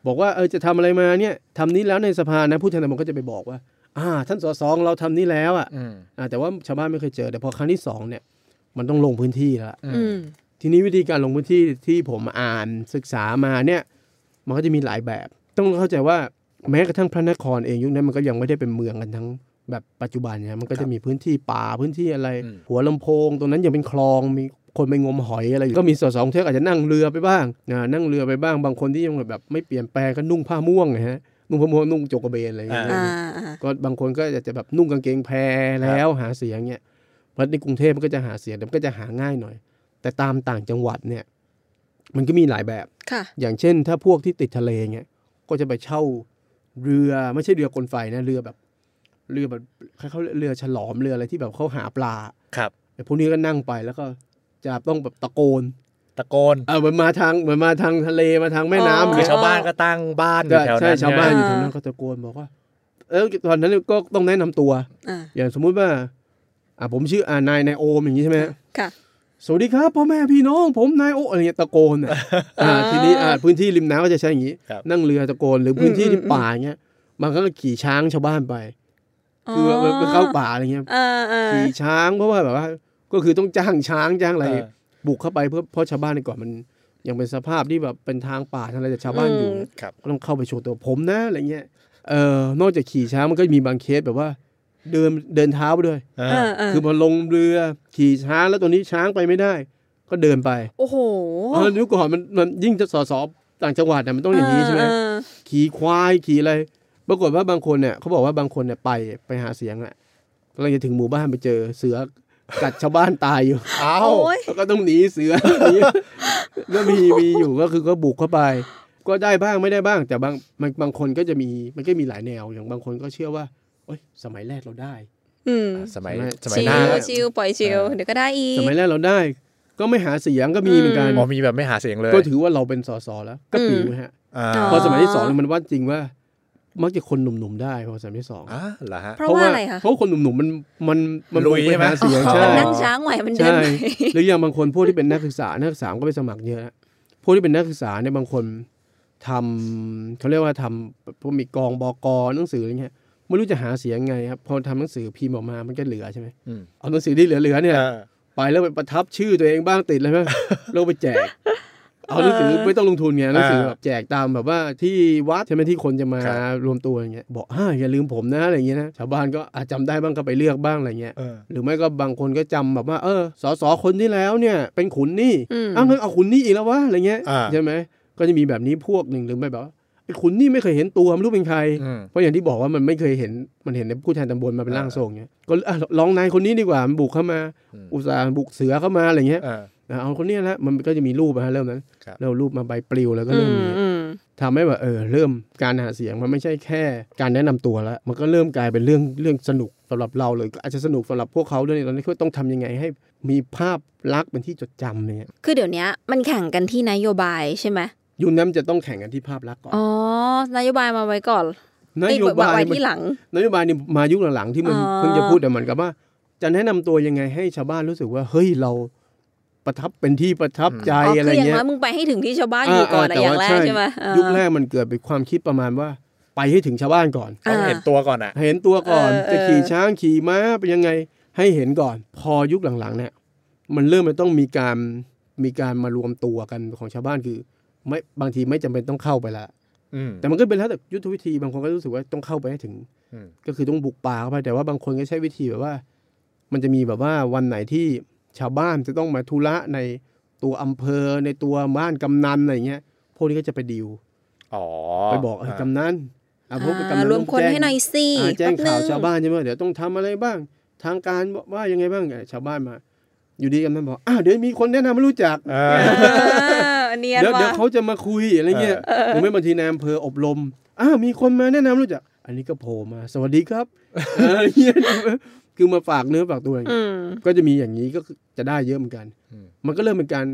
[SPEAKER 4] บอกว่าเออจะทำอะไรมาเนี่ยทำนี้แล้วในสภานะผู้แทนตำบลก็จะไปบอกว่า อ่า ท่านสสของเราทำนี้แล้วอ่ะ
[SPEAKER 1] อืม
[SPEAKER 4] อ่าแต่ว่าชาวบ้านไม่เคยเจอแต่พอครั้งที่สองเนี่ยมันต้องลงพื้นที่แล้วล่ะ
[SPEAKER 1] อืม
[SPEAKER 3] อืม
[SPEAKER 4] ทีนี้วิธีการลงพื้นที่ที่ผมอ่านศึกษามาเนี่ยมันก็จะมีหลายแบบ ต้องเข้าใจว่าแม้กระทั่งพระนครเองยุคนั้นมันก็ยังไม่ได้เป็นเมืองกันทั้งแบบปัจจุบันเนี่ยมันก็จะมีพื้นที่ป่าพื้นที่อะไร
[SPEAKER 1] อืม
[SPEAKER 4] หัวลำโพง ตรงนั้นยังเป็นคลองมีคนไปงมหอยอะไรอยู่ก็มีสสองเทกอาจจะนั่งเรือไปบ้างนะนั่งเรือไปบ้างบางคนที่ยังแบบไม่เปลี่ยนแปลงก็นุ่งผ้าม่วงนะฮะนุ่งผ้าม่วงนุ่งโจงกระเบนอะไรอย่างเงี้ย
[SPEAKER 3] อ่า
[SPEAKER 4] นะก็บางคนก็อาจจะแบบนุ่งกางเกงแพรแล้วหาเสียงเนี่ยเพราะในกรุงเทพมันก็จะหาเสียงแต่มันก็จะหาง่ายหน่อย แต่ตามต่างจังหวัดเนี่ยมันก็มีหลายแบบ
[SPEAKER 3] ค่ะ
[SPEAKER 4] อย่างเช่น ถ้าพวกที่ติดทะเลเงี้ยก็จะไปเช่าเรือไม่ใช่เรือกลไฟนะเรือแบบ เรือแบบเขาเรือฉลอมเรืออะไรที่แบบเขาหาปลา
[SPEAKER 1] ครับ
[SPEAKER 4] ไอ้พวกนี้ก็นั่งไปแล้วก็จะต้องแบบตะโกน
[SPEAKER 1] ตะโกน
[SPEAKER 4] เออเหมือนมาทางเหมือนมาทางทะเลมาทางแม่น้ำ
[SPEAKER 3] อ๋อ
[SPEAKER 1] คือชาวบ้านก็ตั้งบ้านอ
[SPEAKER 4] ใช่
[SPEAKER 1] ยู่แถว
[SPEAKER 4] ใช่
[SPEAKER 1] นั้น
[SPEAKER 4] ชาวบ้านอ
[SPEAKER 1] เนี่ย
[SPEAKER 4] ยู่แถวนั้นก็ตะโกนบอกว่า เออตอนนั้นก็ต้องแนะนำตัว
[SPEAKER 3] อ่า
[SPEAKER 4] อย่างสมมุติว่า อ่ะผมชื่ออานายนายโอมอย่างนี้ใช่ไหมฮะ
[SPEAKER 3] ค่ะ
[SPEAKER 4] สวัสดีครับพ่อแม่พี่น้องผมนายโออะไรเงี้ยตะโกนอ่ะ อ่าทีนี้อ่าพื้นที่ริมน้ำก็จะใช้อย่างนี้
[SPEAKER 1] ครับ
[SPEAKER 4] นั่งเรือตะโกนหรือพื้นที่ที่ป่าเงี้ยบางครั้งก็ขี่ช้างชาวบ้านไป คืออไปเข้าป่าอะไรเงี้ย
[SPEAKER 3] อ่าอ่า
[SPEAKER 4] ขี่ช้างเพราะว่าแบบว่า ก็คือต้องจ้างช้างจ้างอะไร
[SPEAKER 1] เออ
[SPEAKER 4] บุกเข้าไปเพื่อเพราะชาวบ้านในยก่อนมันยังเป็นสภาพที่แบบเป็นทางป่าทางอะไรแต่ชาวบ้านอยู่
[SPEAKER 1] ครับ
[SPEAKER 4] ก็ต้องเข้าไปโชว์ตัวผมนะอะไรเงี้ยเออนอกจากขี่ช้างมันก็มีบางเคสแบบว่าเดินเดินเท้าไปด้วย
[SPEAKER 1] เอ
[SPEAKER 3] อ่า
[SPEAKER 1] อ
[SPEAKER 3] อ่า
[SPEAKER 4] คือพอลงเรือขี่ช้างแล้วตัวนี้ช้างไปไม่ได้ ก็เดินไป
[SPEAKER 3] โอ้โห
[SPEAKER 4] เออยุคก่อนมันมันยิ่งจะสอสอต่างจังหวัดเนี่ยมันต้องอย่างนี้ใช่ไหม
[SPEAKER 3] เอ
[SPEAKER 4] ขี่ควายขี่อะไรปรากฏว่าบางคนเนี่ยเขาบอกว่าบางคนเนี่ยไปไปหาเสียงแหละกำลังจะถึงหมู่บ้านไปเจอเสือกัดชาวบ้านตายอยู่
[SPEAKER 1] เอา
[SPEAKER 3] โอ้ย
[SPEAKER 4] แล้วก็ต้องหนีเสือ หนีก็มีมีอยู่ก็คือก็บุกเข้าไป ก็ได้บ้างไม่ได้บ้าง แต่บางมันบางคนก็จะมีมันก็มีหลายแนวอย่างบางคนก็เชื่อว่าเอ้ยสมัยแรกเราได้
[SPEAKER 3] อืม
[SPEAKER 1] สมัย
[SPEAKER 4] ส
[SPEAKER 1] สมั
[SPEAKER 4] มัย
[SPEAKER 1] ย
[SPEAKER 3] ชิ
[SPEAKER 1] หน้า
[SPEAKER 3] ลชิลปล่อยชิลเดี๋ยวก็ได้อีก
[SPEAKER 4] สมัยแรกเราได้ ก็ไม่หาเสียงก็มีเหมือนกัน
[SPEAKER 1] อ๋อมีแบบไม่หาเสียงเลย
[SPEAKER 4] ก็ถือว่าเราเป็นสสแล้ว ก็ปิ๋วฮะ
[SPEAKER 1] อ่า
[SPEAKER 4] พอสมัยที่สอง
[SPEAKER 3] อ๋อ
[SPEAKER 4] มันวัดจริงว่า มักจะคนหนุ่มๆได้พอสมัยที่สอง
[SPEAKER 1] อ่ะเหรอฮะ
[SPEAKER 3] เพราะว่าอะไรคะ
[SPEAKER 4] เพราะคนหนุ่มๆมันมันมัน
[SPEAKER 1] ลุยใช่ไหม
[SPEAKER 4] ปลูกปัญหาเสียง
[SPEAKER 1] อ๋อ
[SPEAKER 4] ใช่
[SPEAKER 3] มันนั่งช้างไหวมันเดิน
[SPEAKER 4] ใช่
[SPEAKER 3] ไหว
[SPEAKER 4] หรืออย่างบางคนพวกที่เป็นนักศึกษานักศึกษาก็ไปสมัครเยอะนะพวกที่เป็นนักศึกษาเนี่ยบางคนทำเขาเรียกว่าทำพวกมีกองบกหนังสืออะไรเงี้ยไม่รู้จะหาเสียงไงครับพอทำหนังสือพิมพ์ออกมามันก็เหลือใช่ไหม
[SPEAKER 1] อืม
[SPEAKER 4] เอาหนังสือที่เหลือๆเนี่ย
[SPEAKER 1] เออ
[SPEAKER 4] ไปแล้วไปประทับชื่อตัวเองบ้างติดเลยไหม แล้วไปแจก เอาหนังสือไม่ต้องลงทุนไงหนังสือ
[SPEAKER 1] เออ
[SPEAKER 4] แบบแจกตามแบบว่าที่วัดใช่ไหมที่คนจะมา
[SPEAKER 1] ครับ
[SPEAKER 4] รวมตัวอย่างเงี้ยบอกอ่าอย่าลืมผมนะอะไรอย่างเงี้ยนะชาวบ้านก็อาจจำได้บ้างก็ไปเลือกบ้างอะไรเงี้ย
[SPEAKER 1] เออ
[SPEAKER 4] หรือไม่ก็บางคนก็จำแบบว่าเออสอสอคนที่แล้วเนี่ย เป็นขุนนี่
[SPEAKER 3] อืม
[SPEAKER 4] อ้าวงั้นเอาขุนนี่อีกแล้ววะอะไรเงี้ย
[SPEAKER 1] อ่า
[SPEAKER 4] ใช่ไหมก็จะมีแบบนี้พวกหนึ่งหรือไม่แบบว่าไอ้ขุนนี่ไม่เคยเห็นตัวไม่รู้เป็นใคร
[SPEAKER 1] อืม
[SPEAKER 4] เพราะอย่างที่บอกว่ามันไม่เคยเห็นมันเห็นในผู้แทนตำบลมาเป็นร่างทรงเงี้ยก็อ่ะลองนายคนนี้ดีกว่ามันบุกเข้ามา
[SPEAKER 1] อืม
[SPEAKER 4] อุตส่าห์บุกเสือเข้ามาอะไรเงี้ย
[SPEAKER 1] เออ
[SPEAKER 4] นะเอาคนเนี้ยละมันก็จะมีรูปอะฮะเริ่มนั้น
[SPEAKER 1] ครับ
[SPEAKER 4] เรารูปมาใบปลิวแล้วก็
[SPEAKER 3] อื
[SPEAKER 4] เริ่ม
[SPEAKER 3] ม
[SPEAKER 4] มี
[SPEAKER 3] อืม
[SPEAKER 4] ทำให้แบบเออเริ่มการหาเสียงมันไม่ใช่แค่ การแนะนำตัวละมันก็เริ่มกลายเป็นเรื่องเรื่องสนุกสำหรับเราเลยก็อาจจะสนุกสำหรับพวกเขาด้วยตอนนี้ก็ต้องทำยังไงให้มีภาพลักษณ์เป็นที่จดจำเนี่ย
[SPEAKER 3] คือเดี๋ยวเนี้ยมันแข่งกันที่นโยบายใช่ไหม
[SPEAKER 4] ยุคนั้นจะต้องแข่งกันที่ภาพลักษณ์ก่อน
[SPEAKER 3] อ๋อนโยบายมาไว้ก่อน
[SPEAKER 4] นโยบาย
[SPEAKER 3] ไว้
[SPEAKER 4] มัน
[SPEAKER 3] ที่หลัง
[SPEAKER 4] นโยบายนี่มายุคหลังๆที่มัน
[SPEAKER 3] อ๋อ
[SPEAKER 4] เพิ่งจะพูดแต่เหมือนกับว่า จะแนะนำตัวยังไงให้ชาวบ้านรู้สึกว่าเฮ้ยเราประทับเป็นที่ประทับใจ
[SPEAKER 3] อ๋อ
[SPEAKER 4] อะไร
[SPEAKER 3] คืออย่าง
[SPEAKER 4] เงี้ย
[SPEAKER 3] น้อยมึงไปให้ถึงที่ชาวบ้านอยู่ก่อนอะ
[SPEAKER 4] แต่
[SPEAKER 3] อย่า
[SPEAKER 4] ว่
[SPEAKER 3] งแรกใช่ไหมอ่า
[SPEAKER 4] ยุคแรกมันเกิดเป็นความคิดประมาณว่า ไปให้ถึงชาวบ้านก่อน
[SPEAKER 1] ต้องเห็นตัวก่อนอ่ะ
[SPEAKER 4] เห็นตัวก่อน
[SPEAKER 3] เออเออ
[SPEAKER 4] จะขี่ช้างขี่ม้าเป็นยังไงให้เห็นก่อน พอยุคหลังๆเนี่ยมันเริ่มมันต้องมีการมีการมารวมตัวกันของชาวบ้านคือไม่บางทีไม่จำเป็นต้องเข้าไปละ
[SPEAKER 1] อืม
[SPEAKER 4] แต่มันก็เป็นแล้วแต่ยุทธวิธีบางคนก็รู้สึกว่าต้องเข้าไปให้ถึง
[SPEAKER 1] อืม
[SPEAKER 4] ก็คือต้องบุกป่าเข้าไปแต่ว่าบางคนก็ใช้วิธีแบบว่า มันจะมีแบบว่าวันไหนที่ชาวบ้านจะต้องมาธุระในตัวอำเภอในตัวบ้านกำนันอะไรเงี้ยพวกนี้ก็จะไปดีล
[SPEAKER 1] อ๋อ
[SPEAKER 4] ไปบอกเอ้ยกำนันอ่ะพวกกำนั
[SPEAKER 3] อ่านรวมคน
[SPEAKER 4] ต้องแจ้ง
[SPEAKER 3] ให้หน่อยสิ
[SPEAKER 4] อ่าแจ้งข่าว
[SPEAKER 3] แป๊บนึ
[SPEAKER 4] ชาวบ้านใช่ไหมเดี๋ยวต้องทำอะไรบ้าง ทางการบอกว่ายังไงบ้างอ่ะชาวบ้านมา อยู่ดีกำนันบอกอ้าวเดี๋ยวมีคนแนะนำไม่รู้จัก
[SPEAKER 1] เอ
[SPEAKER 3] เอ
[SPEAKER 1] อ
[SPEAKER 3] อเนียน
[SPEAKER 4] เดี๋ยว
[SPEAKER 3] ว่ะ
[SPEAKER 4] เดี๋ยวเขาจะมาคุยอะไรเงี้ยหรือไม่บางทีนายอำเภออบรมอ้าวมีคนมาแนะนำรู้จัก อันนี้ก็โผล่มา สวัสดีครับเออเงี้ยคือมาฝากเนื้อฝากตัวอย่างเงี้ย
[SPEAKER 3] อืม
[SPEAKER 4] ก็จะมีอย่างนี้ก็คือจะได้เยอะเหมือนกัน
[SPEAKER 1] อืม
[SPEAKER 4] มันก็เริ่มเป็นการ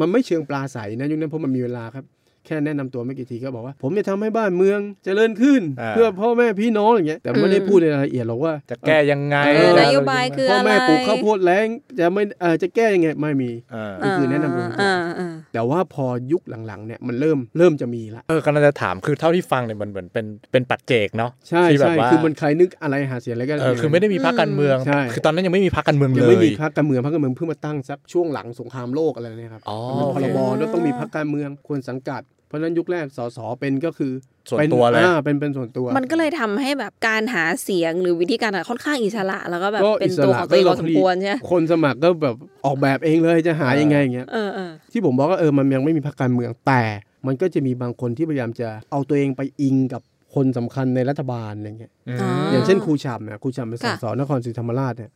[SPEAKER 4] มันไม่เชิงปลาใสนะยุคนั้นเพราะมันมีเวลาครับ แค่แนะนำตัวไม่กี่ทีก็บอกว่า ผมจะทำให้บ้านเมืองเจริญขึ้น
[SPEAKER 1] อ่า
[SPEAKER 4] เพื่อพ่อแม่พี่น้องอย่างเงี้ยแต่ไม่ได้
[SPEAKER 3] อืม
[SPEAKER 4] พูดในรายละเอียดหรอกว่า
[SPEAKER 1] จะแก้ยังไง
[SPEAKER 3] เออนโยบายคือ
[SPEAKER 4] พ่อ
[SPEAKER 3] อะไร
[SPEAKER 4] แม่ปลูกข้าวโพดแล้งจะไม่เอ่อจะแก้ยังไงไม่มี
[SPEAKER 1] เออ
[SPEAKER 4] ก็คือแนะนำลงทุน
[SPEAKER 3] อ่าอ่า
[SPEAKER 4] แต่ว่าพอยุคหลังๆเนี่ยมันเริ่มเริ่มจะมีละ
[SPEAKER 1] เออกำลังจะถามคือเท่าที่ฟังเนี่ยมันเหมือนเป็นเป็นปัจเจกเนาะ
[SPEAKER 4] ใช่
[SPEAKER 1] ที่แบบ
[SPEAKER 4] ใช่
[SPEAKER 1] ว่า
[SPEAKER 4] คือมันใครนึกอะไรหาเสียงอะไรก็
[SPEAKER 1] เออคือไม่ได้มีพรรคการเมือง
[SPEAKER 4] ใช่
[SPEAKER 1] คือตอนนั้นยังไม่มีพรรคการเมืองเล
[SPEAKER 4] ยั
[SPEAKER 1] ย
[SPEAKER 4] งไม่มีพรรคการเมืองพรรคการเมืองเพิ่งมาตั้งสักช่วงหลังสงครามโลกอะไรเนี่ยครับ
[SPEAKER 1] อ๋อ
[SPEAKER 4] มันเป็นพรบ
[SPEAKER 3] โอเค
[SPEAKER 4] แล้วต้องมีพรรคการเมืองควรสังกัด เพราะฉะนั้นยุคแรกสสเป็นก็คือ
[SPEAKER 1] ส่วนตัวเลย
[SPEAKER 4] ป็นอ่าเป็นเป็นส่วนตัว
[SPEAKER 3] มันก็เลยทำให้แบบการหาเสียงหรือวิธีการอะค่อนข้างอิสระแล้วก็แบบ
[SPEAKER 4] ก็
[SPEAKER 3] เป็นตัวของตัวเองพอสมควรใช่ไหม
[SPEAKER 4] คนสมัครก็แบบออกแบบเองเลยจะหายังไงอย่างเงี้ย
[SPEAKER 3] เออเออ
[SPEAKER 4] ที่ผมบอกก็เออมันยังไม่มีพรรคการเมืองแต่ มันก็จะมีบางคนที่พยายามจะเอาตัวเองไปอิงกับคนสำคัญในรัฐบาลอะไรเงี้ย
[SPEAKER 1] อืม
[SPEAKER 3] อ๋อ
[SPEAKER 4] อย่างเช่นครูชำเนี่ยครูชำเป็นส
[SPEAKER 3] ค่ะ
[SPEAKER 4] สนครศรีธรรมราชเนี่ย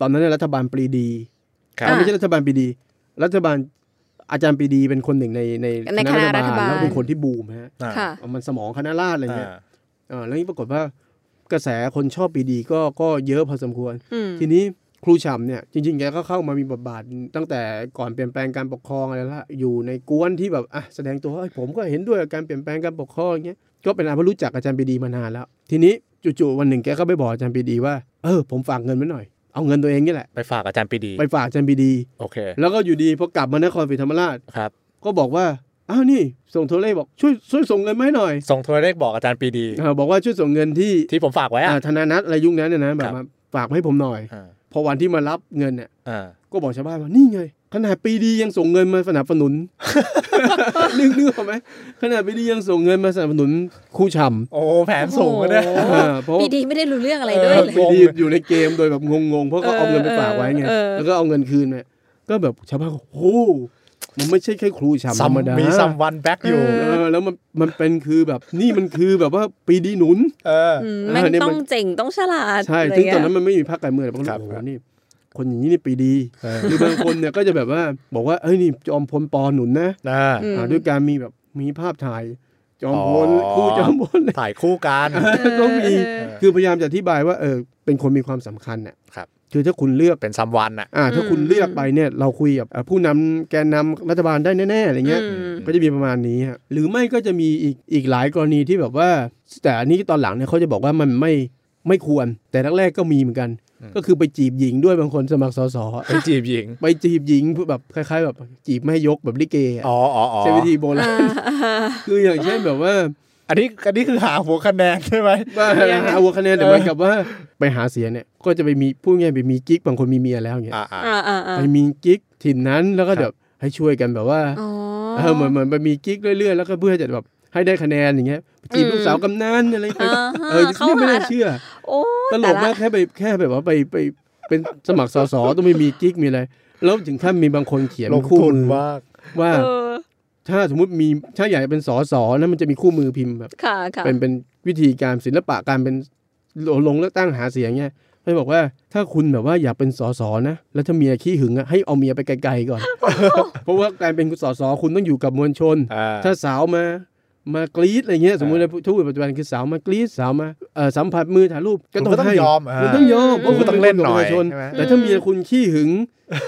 [SPEAKER 4] ตอนนั้นเนยรัฐบาลปรีดี
[SPEAKER 1] ครั
[SPEAKER 4] อ่ะ
[SPEAKER 1] บ
[SPEAKER 4] ไม่ใช่รัฐบาลปรีดี รัฐบาลอาจารย์ปรีดีเป็นคนหนึ่งในใน
[SPEAKER 3] ในคณะรัฐบาล
[SPEAKER 4] แล้วเป็นคนที่บูมฮะ
[SPEAKER 1] อ่า
[SPEAKER 3] ค่ะ
[SPEAKER 4] มันสมองคณะราษฎรอะไรเงี้ย
[SPEAKER 1] า
[SPEAKER 4] อ่าแล้วนี่ปรากฏว่ากระแสคนชอบปีดีก็ก็เยอะพอสมควร
[SPEAKER 3] อืม
[SPEAKER 4] ทีนี้ครูฉ่ำเนี่ยจริงๆแกก็เข้ามามีบทบาทตั้งแต่ก่อนเปลี่ยนแปลงการปกครองอะไรละอยู่ในกวนที่แบบอ่ะแสดงตัวว่าเอ้ยผมก็เห็นด้วยกับการเปลี่ยนแปลงการปกครองอย่างเงี้ยก็เป็นอาเพราะรู้จักอาจารย์ปีดีมานานแล้ว ทีนี้จู่ๆวันหนึ่งแกก็ไปบอกอาจารย์ปีดีว่าเออผมฝากเงินไว้หน่อยเอาเงินตัวเองนี่แหละ
[SPEAKER 1] ไปฝากอาจารย์ปรีดี
[SPEAKER 4] ไปฝากอาจารย์ปีดี
[SPEAKER 1] โอเค
[SPEAKER 4] แล้วก็อยู่ดีพอกลับมานครศรีธรรมราช
[SPEAKER 1] ครับ
[SPEAKER 4] ก็บอกว่าอ้าวนี่ส่งโทรเลขบอกช่วยช่วยส่งเงินมาให้หน่อย
[SPEAKER 1] ส่งโทรเลขบอกอาจารย์ปรีดี
[SPEAKER 4] อ่าบอกว่าช่วยส่งเงินที่
[SPEAKER 1] ที่ผมฝากไว้อะ
[SPEAKER 4] อ่าธนานัทอะไรยุคนั้นเนี่ยนะแบ
[SPEAKER 1] ครับ บ
[SPEAKER 4] มาฝากมาให้ผมหน่อย
[SPEAKER 1] อ่า
[SPEAKER 4] พอวันที่มารับเงินเนี่ย
[SPEAKER 1] อ่า
[SPEAKER 4] ก็บอกชาวบ้านว่านี่ไง ขนาดปีดียังส่งเงินมาสนับสนุน นึกนึกออกไหมขนาดปีดียังส่งเงินมาสนับสนุนครู่ช
[SPEAKER 1] โอ้แผนสูงเลยนะ
[SPEAKER 3] โอ้
[SPEAKER 4] ำอ่าเพราะ
[SPEAKER 3] ปีดีไม่ได้รู้เรื่องอะไรด้วยเลย
[SPEAKER 4] ปีดีอยู่ในเกมโดยแบบงงๆ เพราะเขาเอาเงินไปฝากไว้ไง
[SPEAKER 3] เออ
[SPEAKER 4] แล้วก็เอาเงินคืนเนี่ยก็แบบชาวบ้านก็โอ้โหมันไม่ใช่แค่ครูชำธรรมดา
[SPEAKER 1] มีซัมวันแบ็กอยู่
[SPEAKER 4] เออแล้วมันมันเป็นคือแบบนี่มันคือแบบว่าปีดีหนุน
[SPEAKER 1] เออ
[SPEAKER 3] อืม
[SPEAKER 4] เออ
[SPEAKER 3] แม่ง
[SPEAKER 4] เนี่ย
[SPEAKER 3] ต้อ
[SPEAKER 4] มั
[SPEAKER 3] ง
[SPEAKER 4] น
[SPEAKER 3] เจ๋งต้องฉลาด
[SPEAKER 4] ใช่
[SPEAKER 3] ะไร
[SPEAKER 4] ซึ่งตอน
[SPEAKER 3] เย
[SPEAKER 4] นั้นมันไม่มีพรรคการเมืองเลยผมก็
[SPEAKER 1] ครับ
[SPEAKER 4] โอ้โห
[SPEAKER 1] ครับ
[SPEAKER 4] นี่ คนอย่างนี้นี่ปีดีหรือบางคนเนี่ยก็จะแบบว่าบอกว่าเอ้ยนี่จอมพลปอหนุนนะ
[SPEAKER 1] อ่า
[SPEAKER 3] อืม
[SPEAKER 4] อ่าด้วยการมีแบบมีภาพถ่าย จอมพล
[SPEAKER 1] อ๋อ
[SPEAKER 4] คู่จอมพล
[SPEAKER 1] ถ่ายคู่กัน
[SPEAKER 4] ก็มี
[SPEAKER 3] เออ
[SPEAKER 4] คือพยายามจะอธิบายว่าเออเป็นคนมีความสำคัญน่ะ
[SPEAKER 1] ครับ
[SPEAKER 4] คือถ้าคุณเลือก
[SPEAKER 1] เป็นซัมวันอ่ะ
[SPEAKER 4] อ่าถ้าคุณเลือกไปเนี่ยเราคุยกับเอ่อผู้นำแกนนำรัฐบาลได้แน่ๆอะไรเงี้ย
[SPEAKER 3] อืม
[SPEAKER 4] ก็จะมีประมาณนี้ฮะหรือไม่ก็จะมีอีกอีกหลายกรณีที่แบบว่า แต่อันนี้ตอนหลังเนี่ยเขาจะบอกว่ามันไม่ไม่ควร แต่แรกๆก็มีเหมือนกัน
[SPEAKER 1] อืม
[SPEAKER 4] ก็คือไปจีบหญิงด้วยบางคนสมัครสส
[SPEAKER 1] ไปจีบหญิง
[SPEAKER 4] ไปจีบหญิงแบบคล้าย ๆ แบบจีบไม่ให้ยกแบบลิเกอะ
[SPEAKER 1] อ๋ออ๋ออ๋อ
[SPEAKER 4] ใช้วิธีโบราณคืออย่างเช่นแบบว่า
[SPEAKER 1] อันนี้อันนี้คือหาหัวคะแนนใช่ไหม
[SPEAKER 4] ว่าหาวัวคะแนนแต่
[SPEAKER 1] เออ
[SPEAKER 4] เหมือนกับว่าไปหาเสียงเนี่ยก็จะไปมีพูดง่ายๆไปมีกิ๊กบางคนมีเมียแล้วอย่างเงี้ย
[SPEAKER 1] อ่าอ่า
[SPEAKER 3] อ่าอ่าอ่า
[SPEAKER 4] ไปมีกิ๊กถิ่นนั้นแล้วก็
[SPEAKER 1] ค
[SPEAKER 4] แบ
[SPEAKER 1] รับ
[SPEAKER 4] บให้ช่วยกันแบบว่า
[SPEAKER 3] อ๋อ
[SPEAKER 4] เออเหมือนเหมือนไปมีกิ๊กเรื่อยๆ แล้วก็เพื่อจะแบบให้ได้คะแนนอย่างเงี้ยจีบ
[SPEAKER 3] อืม
[SPEAKER 4] ลูกสาวกำนันอะไรไป
[SPEAKER 3] อ่าฮะ
[SPEAKER 4] เออ
[SPEAKER 3] เขา
[SPEAKER 4] นี่ไม่น่า
[SPEAKER 3] หา
[SPEAKER 4] เชื่อ
[SPEAKER 3] โอ้
[SPEAKER 4] ตลกมากแค่ไปแค่แบบว่าไปไปเป็นสมัครสสต้องไม่มีกิ๊กมีอะไรแล้วถึงขั้นมีบางคนเขียน
[SPEAKER 1] ลง
[SPEAKER 4] คู่
[SPEAKER 1] ทุน
[SPEAKER 4] มือ
[SPEAKER 1] มาก
[SPEAKER 4] ว่า
[SPEAKER 3] เออ
[SPEAKER 4] ถ้าสมมติมีถ้าอยากจะเป็นสสนะมันจะมีคู่มือพิมพ์แบบ
[SPEAKER 3] ค่ะค่ะ
[SPEAKER 4] เป็นเป็นวิธีการศิลปะการเป็นลงเลือกตั้งหาเสียงเนี่ยเขาบอกว่าถ้าคุณแบบว่าอยากเป็นสสนะ แล้วถ้าเมียขี้หึงอะให้เอาเมียไปไกลๆก่อน เพราะว่าการเป็นสสคุณต้องอยู่กับมวลชน
[SPEAKER 1] อ่า
[SPEAKER 4] ถ้าสาวมามากรีดอะไรเงี้ยสมมุติในทุกวันปัจจุบันคือสาวมากรีดสาวมาเอ่อสัมผัสมือถ่ายรูปก็
[SPEAKER 1] คุณก็ต้อง
[SPEAKER 4] ให้
[SPEAKER 1] ยอมอ่า
[SPEAKER 4] คุณต้องยอมเพราะคุณ
[SPEAKER 1] คุณต้องเล่นหน่อย
[SPEAKER 4] ป็คประชาช
[SPEAKER 1] ใช่ไหม
[SPEAKER 4] แต่ถ้าเมียคุณขี้หึง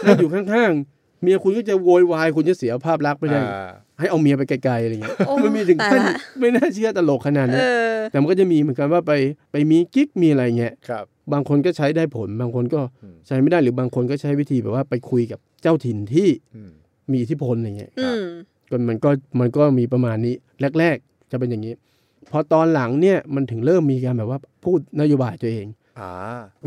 [SPEAKER 4] นั่งอยู่ข้างๆเมียคุณก็จะโวยวายคุณจะเสียภาพลักษณ์ไปได้
[SPEAKER 1] อ่า
[SPEAKER 4] ให้เอาเมียไปไกลๆอะไรเงี้ย
[SPEAKER 3] โอ้
[SPEAKER 4] มันมีถึง
[SPEAKER 3] ตาย
[SPEAKER 4] ขั้น
[SPEAKER 3] ละ
[SPEAKER 4] ไม่น่าเชื่อตลกขนาด
[SPEAKER 3] เอ
[SPEAKER 4] นี้น
[SPEAKER 3] อ
[SPEAKER 4] แต่มันก็จะมีเหมือนกันว่าไปไปมีกิ๊กมีอะไรเงี้ย
[SPEAKER 1] ครับ
[SPEAKER 4] บางคนก็ใช้ได้ผล บางคนก็ใช้ไม่ได้หรือบางคนก็ใช้วิธีแบบว่าไปคุยกับเจ้าถิ่นที่
[SPEAKER 1] อืม
[SPEAKER 4] มีอิทธิพลอะไรเงี้ย
[SPEAKER 3] อืม
[SPEAKER 4] ก็มันก็มันก็มีประมาณนี้แรก ๆ จะเป็นอย่างนี้ พอตอนหลังเนี่ยมันถึงเริ่มมีการแบบว่าพูดนโยบายตัวเอง
[SPEAKER 1] อ่า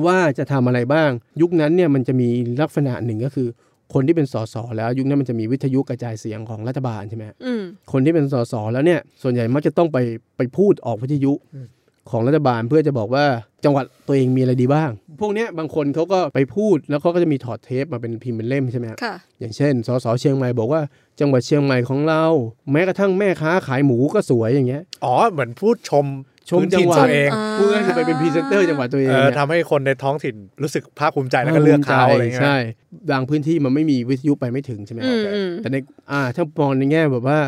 [SPEAKER 4] ว่าจะทำอะไรบ้าง ยุคนั้นเนี่ยมันจะมีลักษณะหนึ่งก็คือ คนที่เป็นสสแล้ว ยุคนั้นมันจะมีวิทยุกระจายเสียงของรัฐบาลใช่ไหมฮะ
[SPEAKER 3] อืม
[SPEAKER 4] คนที่เป็นสสแล้วเนี่ยส่วนใหญ่มักจะต้องไปไปพูดออกวิทยุ
[SPEAKER 1] อืม
[SPEAKER 4] ของรัฐบาลเพื่อจะบอกว่าจังหวัดตัวเองมีอะไรดีบ้าง พวกเนี้ยบางคนเขาก็ไปพูดแล้วเขาก็จะมีถอดเทปมาเป็นพิมพ์เป็นเล่มใช่ไหมฮะ
[SPEAKER 3] ค่ะ
[SPEAKER 4] อย่างเช่น สสเชียงใหม่บอกว่าจังหวัดเชียงใหม่ของเรา แม้กระทั่งแม่ค้าขายหมูก็สวยอย่างเงี้ย
[SPEAKER 1] อ๋อ เหมือนพูดชม
[SPEAKER 4] ชม
[SPEAKER 1] พื้น
[SPEAKER 4] จัง
[SPEAKER 1] ถิ่น
[SPEAKER 4] หวัด
[SPEAKER 1] ตัวเอง
[SPEAKER 3] อ่า
[SPEAKER 4] เพื่อจะไปเป็นพรีเซนเตอร์จังหวัดตัวเอง
[SPEAKER 1] เออ
[SPEAKER 4] เนี่ย
[SPEAKER 1] ทำให้คนในท้องถิ่นรู้สึกภาคภูมิใจแล้วก็เลือกเขาอะไรเงี้ย
[SPEAKER 4] ใช่ บางพื้นที่มันไม่มีวิทยุไปไม่ถึงใช่ไหมค
[SPEAKER 3] อื
[SPEAKER 4] รับ
[SPEAKER 3] มอืม
[SPEAKER 4] แต่ในอ่าถ้ามองในแง่แบบว่า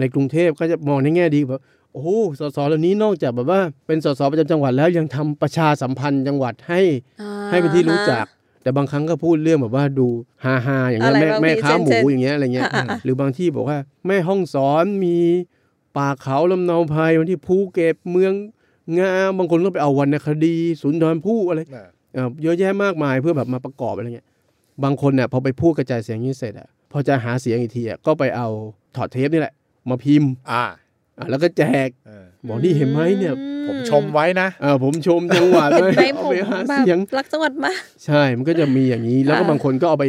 [SPEAKER 4] ในกรุงเทพก็จะมองในแง่ดีแบบโอ้โหสสเหล่านี้นอกจากแบบว่าเป็นสสประจำจังหวัดแล้วยังทำประชาสัมพันธ์จังหวัดให้
[SPEAKER 3] อ่า
[SPEAKER 4] ให้เป็นที่รู้จัก แต่บางครั้งก็พูดเรื่องแบบว่าดูฮาฮาอย่างเงี้ย
[SPEAKER 3] อะไร
[SPEAKER 4] แม่
[SPEAKER 3] บ้าง
[SPEAKER 4] แม่
[SPEAKER 3] พี่
[SPEAKER 4] ค้า
[SPEAKER 3] เช่น
[SPEAKER 4] หมู
[SPEAKER 3] เช่น
[SPEAKER 4] อย่างเงี้ยอะไรเงี้ย
[SPEAKER 3] อ่ะ
[SPEAKER 4] หรือบางที่บอกว่าแม่ห้องสอนมีป่าเขาลำเนาภัยวันที่ภูเก็ตเมืองงามบางคนก็ไปเอาวรรณคดีสุนทรภู่อะไร เอ่อเยอะแยะมากมายเพื่อแบบมาประกอบอะไรเงี้ย บางคนเนี่ยพอไปพูดกระจายเสียงนี้เสร็จอะพอจะหาเสียงอีกทีอะก็ไปเอาถอดเทปนี่แหละ มาพิมพ์
[SPEAKER 1] อ่า
[SPEAKER 4] อ่ะแล้วก็แจก
[SPEAKER 1] เออ
[SPEAKER 4] บอกนี่เห็นไหมเนี่ย
[SPEAKER 3] อื
[SPEAKER 1] ผมชมไว้นะ
[SPEAKER 4] เอ่อผมชมจังหวัด
[SPEAKER 3] เห็น
[SPEAKER 4] เลย
[SPEAKER 3] ไหม
[SPEAKER 4] เอา
[SPEAKER 3] ผม
[SPEAKER 4] ไปหา
[SPEAKER 3] แบบ
[SPEAKER 4] เสียง
[SPEAKER 3] รักจังหวัดมาก
[SPEAKER 4] ใช่มันก็จะมีอย่างนี้ แล้วก็
[SPEAKER 3] อ่า
[SPEAKER 4] บางคนก็เอาไป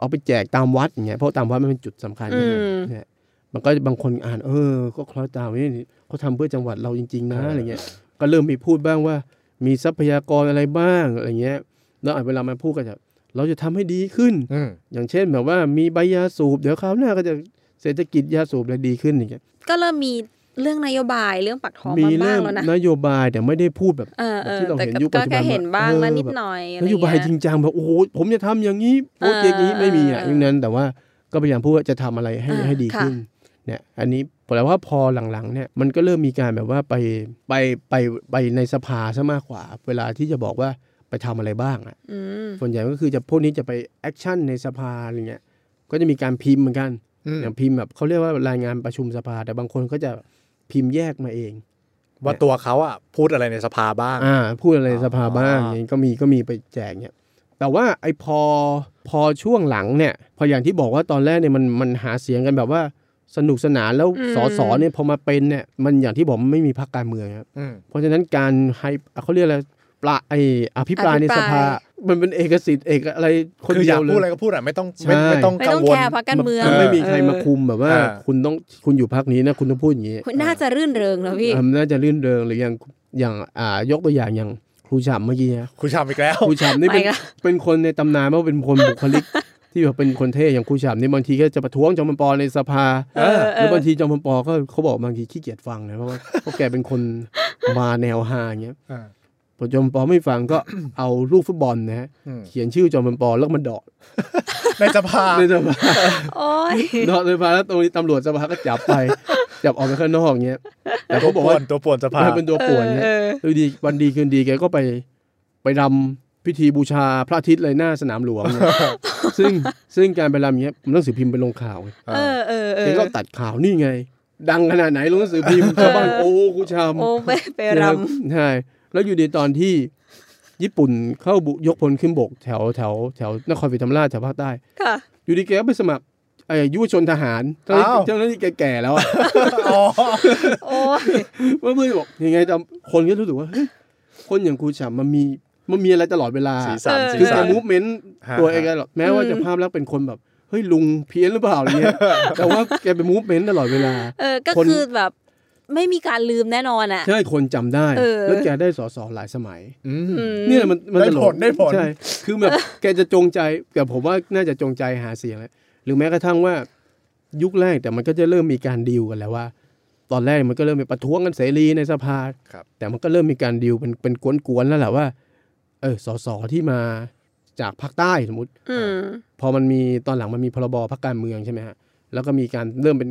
[SPEAKER 4] เอาไปแจกตามวัดอย่างเงี้ยเพราะตามวัดมันเป็นจุดสำคัญ
[SPEAKER 3] อืม
[SPEAKER 4] เนี่ยมันก็บางคนอ่านเออ ก็คล้อยตามนี่เขาทำเพื่อจังหวัดเราจริง ๆ นะ
[SPEAKER 1] เอออ
[SPEAKER 4] อะไรเงี้ยก็เริ่มมีพูดบ้างว่า มีทรัพยากรอะไรบ้างอะไรเงี้ยแล้วอ่ะเวลามาพูดกันจะเราจะทำให้ดีขึ้น
[SPEAKER 1] อืม
[SPEAKER 4] อย่างเช่นแบบว่ามีใบยาสูบเดี๋ยวคราวหน้าก็จะเศรษฐกิจยาสูบอะไรดีขึ้นอย่างเงี้ย
[SPEAKER 3] ก็เริ่มมีเรื่องนโยบายเรื่องปากท้อง
[SPEAKER 4] มี
[SPEAKER 3] มาบ้า
[SPEAKER 4] เริ่
[SPEAKER 3] ง
[SPEAKER 4] ม
[SPEAKER 3] แล้วนะ
[SPEAKER 4] นโยบายแต่ไม่ได้พูดแบบ
[SPEAKER 3] เออเออ
[SPEAKER 4] ที่เรา
[SPEAKER 3] แต่
[SPEAKER 4] เห็น
[SPEAKER 3] ก็
[SPEAKER 4] ยุคปัจจุบัน
[SPEAKER 3] ก็แค่เห็นบ้าง
[SPEAKER 4] เออ
[SPEAKER 3] แล้วนิดหน่อยอะ
[SPEAKER 4] น
[SPEAKER 3] ไรเงี้
[SPEAKER 4] โยบายจริงจังแบบโอ้โหผมจะทำอย่างนี้โปรเจกต์นี้
[SPEAKER 3] เออ
[SPEAKER 4] ไม่มีอ่ะ
[SPEAKER 3] เออ
[SPEAKER 4] อย่างนั้นแต่ว่าก็พยายามพูดว่าจะทำอะไรให้
[SPEAKER 3] เออ
[SPEAKER 4] ให้ดี
[SPEAKER 3] ค่ะ
[SPEAKER 4] ขึ้นเนี่ยอันนี้แปลว่าพอหลังๆเนี่ยมันก็เริ่มมีการแบบว่าไปไปไปไปในสภาซะมากกว่า เวลาที่จะบอกว่าไปทำอะไรบ้างอ่ะ
[SPEAKER 3] อืม
[SPEAKER 4] ส่วนใหญ่ก็คือจะพวกนี้จะไปแอคชั่นในสภาอะไรเงี้ยก็จะมีการพิมพ์เหมือนกัน
[SPEAKER 1] อืม
[SPEAKER 4] อย่างพิมพ์แบบเขาเรียกว่ารายงานประชุมสภา แต่บางคนก็จะพิมพ์แยกมาเอง
[SPEAKER 1] ว่าตัวเขาอ่ะพูดอะไรในสภาบ้าง
[SPEAKER 4] อ่าพูดอะไรในสภาบ้าง
[SPEAKER 1] อ่า
[SPEAKER 4] อย่างนี้ก็มีก็มีไปแจกเนี่ยแต่ว่าไอ้พอพอช่วงหลังเนี่ย พออย่างที่บอกว่าตอนแรกเนี่ยมันมันหาเสียงกันแบบว่าสนุกสนานแล้วสสเนี่ยพอมาเป็นเนี่ยมันอย่างที่บอกมันไม่มีพรรคการเมืองครับ
[SPEAKER 1] อืม
[SPEAKER 4] เพราะฉะนั้นการให้เขาเรียกอะไรปลาไออภิปรายในสภา มันเป็นเอกสิทธิ์เอกอะไรคน
[SPEAKER 1] คืออ
[SPEAKER 4] เดี
[SPEAKER 1] ยาย ก
[SPEAKER 4] วเล
[SPEAKER 1] พูด
[SPEAKER 4] ย
[SPEAKER 1] อะไรก็พูดอ่ะไม่ต้องไม่
[SPEAKER 4] ใช่
[SPEAKER 1] ไม่ต้อง
[SPEAKER 3] ไม่
[SPEAKER 1] กั
[SPEAKER 3] ต้อง ง
[SPEAKER 1] วล
[SPEAKER 3] แคร์พรรคการเมือง
[SPEAKER 4] มันไม่มีใครมาคุมแบบว่า
[SPEAKER 1] เออ
[SPEAKER 4] คุณต้องคุณอยู่พรรคนี้นะคุณต้องพูดอย่างนี้
[SPEAKER 3] คุณน่าจะรื่นเริงนะพี่
[SPEAKER 4] เออน่าจะรื่นเริงหรืออย่างอย่างอ่ายกตัวอย่างอย่างครูฉ่ำเมื่อกี้นะ
[SPEAKER 1] คุณชามอีกแล้ว
[SPEAKER 4] ครูฉ่ำนี่เป็น
[SPEAKER 3] ไปละ
[SPEAKER 4] เป็นคนในตำนานว่าเป็นคนบุคลิก ที่แบบเป็นคนเท่อย่างครูฉ่ำนี่บางทีก็จะประท้วงจอมพลปอในสภา
[SPEAKER 1] เออ
[SPEAKER 4] หรือบางทีจอมพลปอก็เขาบอกบางทีขี้เกียจฟังนะเพราะว่า เพราะแกเป็นคนมาแนวฮาอย่างเงี้ย
[SPEAKER 1] อ่า
[SPEAKER 4] พอจอมพลปอไม่ฟังก็ เอาลูกฟุตบอลนะฮะ
[SPEAKER 1] อืม
[SPEAKER 4] เขียนชื่อจอมพลปอแล้วก็มาเดาะ
[SPEAKER 1] ในสภา
[SPEAKER 4] ในสภา
[SPEAKER 3] โอ้ย
[SPEAKER 4] เดาะในสภาแล้วตรงนี้ตำรวจสภาก็จับไป จับออกไปข้างนอกเงี้ยแต่
[SPEAKER 1] ตั
[SPEAKER 4] เขา
[SPEAKER 1] ว
[SPEAKER 4] บอ
[SPEAKER 1] ป่
[SPEAKER 4] ก
[SPEAKER 1] ว
[SPEAKER 4] ว่าน
[SPEAKER 1] ตัวป่วนสภา
[SPEAKER 4] เป็นตัวป่วนเนี่ย
[SPEAKER 3] เออ
[SPEAKER 4] ดูดีวันดีคืนดีแกก็ไปไปรำพิธีบูชาพระอาทิตย์เลยหน้าสนามหลวงเนี่ย ซึ่งซึ่งการไปรำอย่างเงี้ยหนังสือพิมพ์ไปลงข่าวไง
[SPEAKER 3] เออเออเอ
[SPEAKER 4] แก
[SPEAKER 3] อ
[SPEAKER 4] ก็ตัดข่าวนี่ไง ดังขนาดไหนลงหนังสือพิมพ์ชาวบ้านโอ้กูชาม
[SPEAKER 3] โอ้ไปไป
[SPEAKER 4] เนี่ย
[SPEAKER 3] ร
[SPEAKER 4] ครับใช่แล้วอยู่ดีตอนที่ญี่ปุ่นเข้าบุยกพลขึ้นบกแถวแถวแถวนครศรีธรรมราชแถวภาคใต้
[SPEAKER 3] ำค่ะ
[SPEAKER 4] อยู่ดีแกก็ไปสมัครไอ้ยุวชนทหารตอน
[SPEAKER 1] อ้าว
[SPEAKER 4] เจ้าหน้าที่แกแก่แล้วอะ
[SPEAKER 1] อ๋อ
[SPEAKER 3] โอ้ย
[SPEAKER 4] เพื่อนๆบอกยังไงแต่คนก็รู้สึกว่าเฮ้ยคนอย่างครูฉ่ำมันมีมันมีอะไรตลอดเวลา
[SPEAKER 1] สีสันสี
[SPEAKER 4] คือ
[SPEAKER 1] สั
[SPEAKER 4] การ
[SPEAKER 1] น
[SPEAKER 4] มูฟเมนต์
[SPEAKER 1] ฮะ
[SPEAKER 4] ตัวเองอะหรอกแม้ว่าจะภาพลักษณ์เป็นคนแบบ เฮ้ย ลุงเพี้ยนหรือเปล่าอะไร เงี้ย แต่ว่าแกเป็นมูฟเมนต์ตลอดเวลา
[SPEAKER 3] เออก็
[SPEAKER 4] คน
[SPEAKER 3] คือแบบไม่มีการลืมแน่นอนอ่ะ
[SPEAKER 4] ใช่คนจำได้
[SPEAKER 3] เออ
[SPEAKER 4] แล้วแกได้สอสอหลายสมัย
[SPEAKER 1] อืม
[SPEAKER 3] อืม
[SPEAKER 4] เนี่ยมันมัน
[SPEAKER 1] ได้
[SPEAKER 4] ตล
[SPEAKER 1] ผ
[SPEAKER 4] ก
[SPEAKER 1] ลได้ผล
[SPEAKER 4] ใช่คือแบบแกจะจงใจแต่ผมว่าน่าจะจงใจหาเสียงแหละหรือแม้กระทั่งว่ายุคแรกแต่มันก็จะเริ่มมีการดีลกันแล้วว่า ตอนแรกมันก็เริ่มมีประท้วงกันเสรีในสภา
[SPEAKER 1] ครับ
[SPEAKER 4] แต่มันก็เริ่มมีการดีลเป็นเป็นกวนๆแล้วแหละว่า เออสสที่มาจากภาคใต้สมมติ
[SPEAKER 3] อืม
[SPEAKER 4] พอมันมีตอนหลังมันมีพรบพักการเมืองใช่ไหมฮะแล้วก็มีการเริ่มเป็น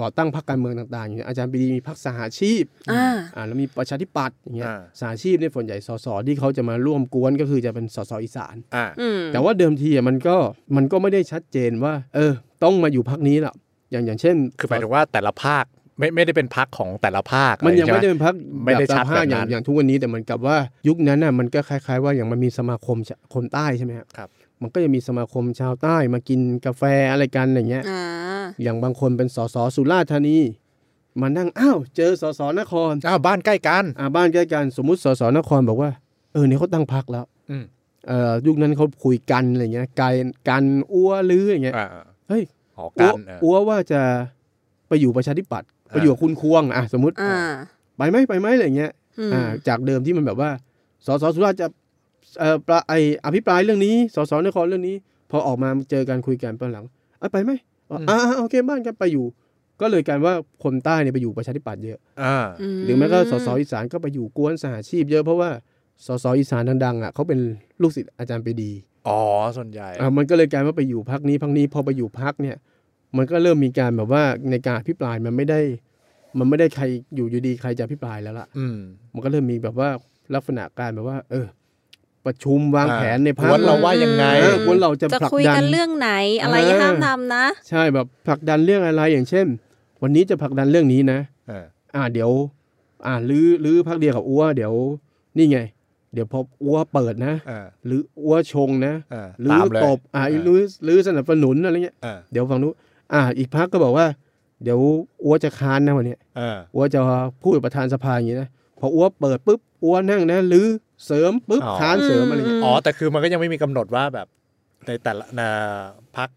[SPEAKER 4] ก่อตั้งพรรคการเมืองต่างๆอย่างเงี้ยอาจารย์ปรีดีมีพรรคสหาชีพ
[SPEAKER 3] อ่า
[SPEAKER 4] อ่าแล้วมีประชาธิปัตย์อย่างเงี้ย
[SPEAKER 1] อ่า
[SPEAKER 4] สาชีพในยส่วนใหญ่สสที่เขาจะมาร่วมกวนก็คือจะเป็นสสอีสาน
[SPEAKER 1] อ่า
[SPEAKER 3] อืม
[SPEAKER 4] แต่ว่าเดิมทีอ่ะมันก็มันก็ไม่ได้ชัดเจนว่า เออ ต้องมาอยู่พักนี้หรอก อย่างอย่างเช่น
[SPEAKER 1] คือหมายถึงว่าแต่ละภาคไม่ไม่ได้เป็นพักของแต่ละภาค
[SPEAKER 4] มันยังไม่
[SPEAKER 1] อะร
[SPEAKER 4] ได้
[SPEAKER 1] ใช่ห
[SPEAKER 4] เป็นพัก
[SPEAKER 1] ไม่ได้ชัด
[SPEAKER 4] ภาคอย่า
[SPEAKER 1] แบบนั้
[SPEAKER 4] ง
[SPEAKER 1] น
[SPEAKER 4] อย่างทุกวันนี้แต่เหมือนกับว่ายุคนั้นน่ะมันก็คล้าย ๆ ว่าอย่างมันมีสมาคมชะคนใต้ใช่ไหมฮะ
[SPEAKER 1] ครับ
[SPEAKER 4] มันก็จะมีสมาคมชาวใต้มากินกาแฟอะไรกันอย่างเงี้ย
[SPEAKER 3] อ่า
[SPEAKER 4] อย่างบางคนเป็นสสสุราษฎร์ธานีมานั่งอ้าวเจอสสนคร
[SPEAKER 1] อ้าวบ้านใกล้กัน
[SPEAKER 4] อ่าบ้านใกล้กันสมมุติสสนครบอกว่าเออเนี่ยเขาตั้งพักแล้ว
[SPEAKER 1] อืม
[SPEAKER 4] เอ่อยุคนั้นเขาคุยกันอะไรเงี้ยไกลกันอ้วลืออย่างเงี้ย
[SPEAKER 1] อ่า
[SPEAKER 4] เฮ้ย
[SPEAKER 1] หอกันเออ
[SPEAKER 4] อ้วว่าจะไปอยู่ประชาธิปัตย์ไปอยู่กับคุณควงอ่ะสมมติ
[SPEAKER 3] อ่า
[SPEAKER 4] ไปไหมไปไหมอะไรเงี้ย
[SPEAKER 3] อืม
[SPEAKER 4] อ่าจากเดิมที่มันแบบว่า สสสุราษฎร์จะเอ่อประไออภิปรายเรื่องนี้ สสนครเรื่องนี้ พอออกมาเจอกันคุยกันตอนหลังเอ้ยไปไหมอ๋ออ่าอ่าโอเคบ้านกันไปอยู่ ก็เลยกลารว่าคนใต้เนี่ยไปอยู่ประชาธิปัตย์เยอะ
[SPEAKER 1] อ่า
[SPEAKER 4] หรือแม้ก็สสอีสานก็ไปอยู่กวนสหชีพเยอะเพราะว่าสสอีสานดังๆอ่ะเขาเป็นลูกศิษย์อาจารย์ปรีดี
[SPEAKER 1] อ๋อ ส่วนใหญ่
[SPEAKER 4] อ่ามันก็เลยกลายว่าไปอยู่พักนี้พักนี้พอไปอยู่พักเนี่ย มันก็เริ่มมีการแบบว่าในการอภิปรายมันไม่ได้ มันไม่ได้ใครอยู่อยู่ดีใครจะอภิปรายแล้วล่ะ
[SPEAKER 1] อืม
[SPEAKER 4] มันก็เริ่มมีแบบว่าลักษณะการแบบว่า เออ ประชุมวางแผนในพั
[SPEAKER 1] ก
[SPEAKER 4] ก
[SPEAKER 1] วนเราว่ายังไง
[SPEAKER 4] เออกวนเราจะ
[SPEAKER 3] จะ
[SPEAKER 4] ผลัก
[SPEAKER 3] คุย
[SPEAKER 4] ดั
[SPEAKER 3] กัน นเรื่องไหนอะไร
[SPEAKER 4] เออ
[SPEAKER 3] ห้ามทำนะ
[SPEAKER 4] ใช่แบบผลักดันเรื่องอะไรอย่างเช่น วันนี้จะผลักดันเรื่องนี้นะ
[SPEAKER 1] เออ
[SPEAKER 4] อ่าเดี๋ยว อ่าลือลือพักเดียวกับอ้วเดี๋ยว นี่ไง เดี๋ยวพออ้วเปิดนะ
[SPEAKER 1] เออ
[SPEAKER 4] หรืออ้วชงนะ
[SPEAKER 1] เออ
[SPEAKER 4] หรือ
[SPEAKER 1] ตามเลย
[SPEAKER 4] ตบอ่า
[SPEAKER 1] เออ
[SPEAKER 4] หรือหรือสนับสนุนอะไรเงี้ย
[SPEAKER 1] เออ
[SPEAKER 4] เดี๋ยวฝั่งนู้นอ่า อีกพักก็บอกว่า เดี๋ยวอ้วจะค้านนะวันเนี้ย
[SPEAKER 1] เออ
[SPEAKER 4] อัวจะพูดกับประธานสภาอย่างนี้นะพออัวเปิดปุ๊บอัวนั่งนะหรือเสริมปุ๊บ
[SPEAKER 1] อ๋อ
[SPEAKER 4] ค้านเสริมอะไรอย่างเงี้ย
[SPEAKER 1] อ๋อ แต่คือมันก็ยังไม่มีกำหนดว่าแบบในแต่ละนาพัก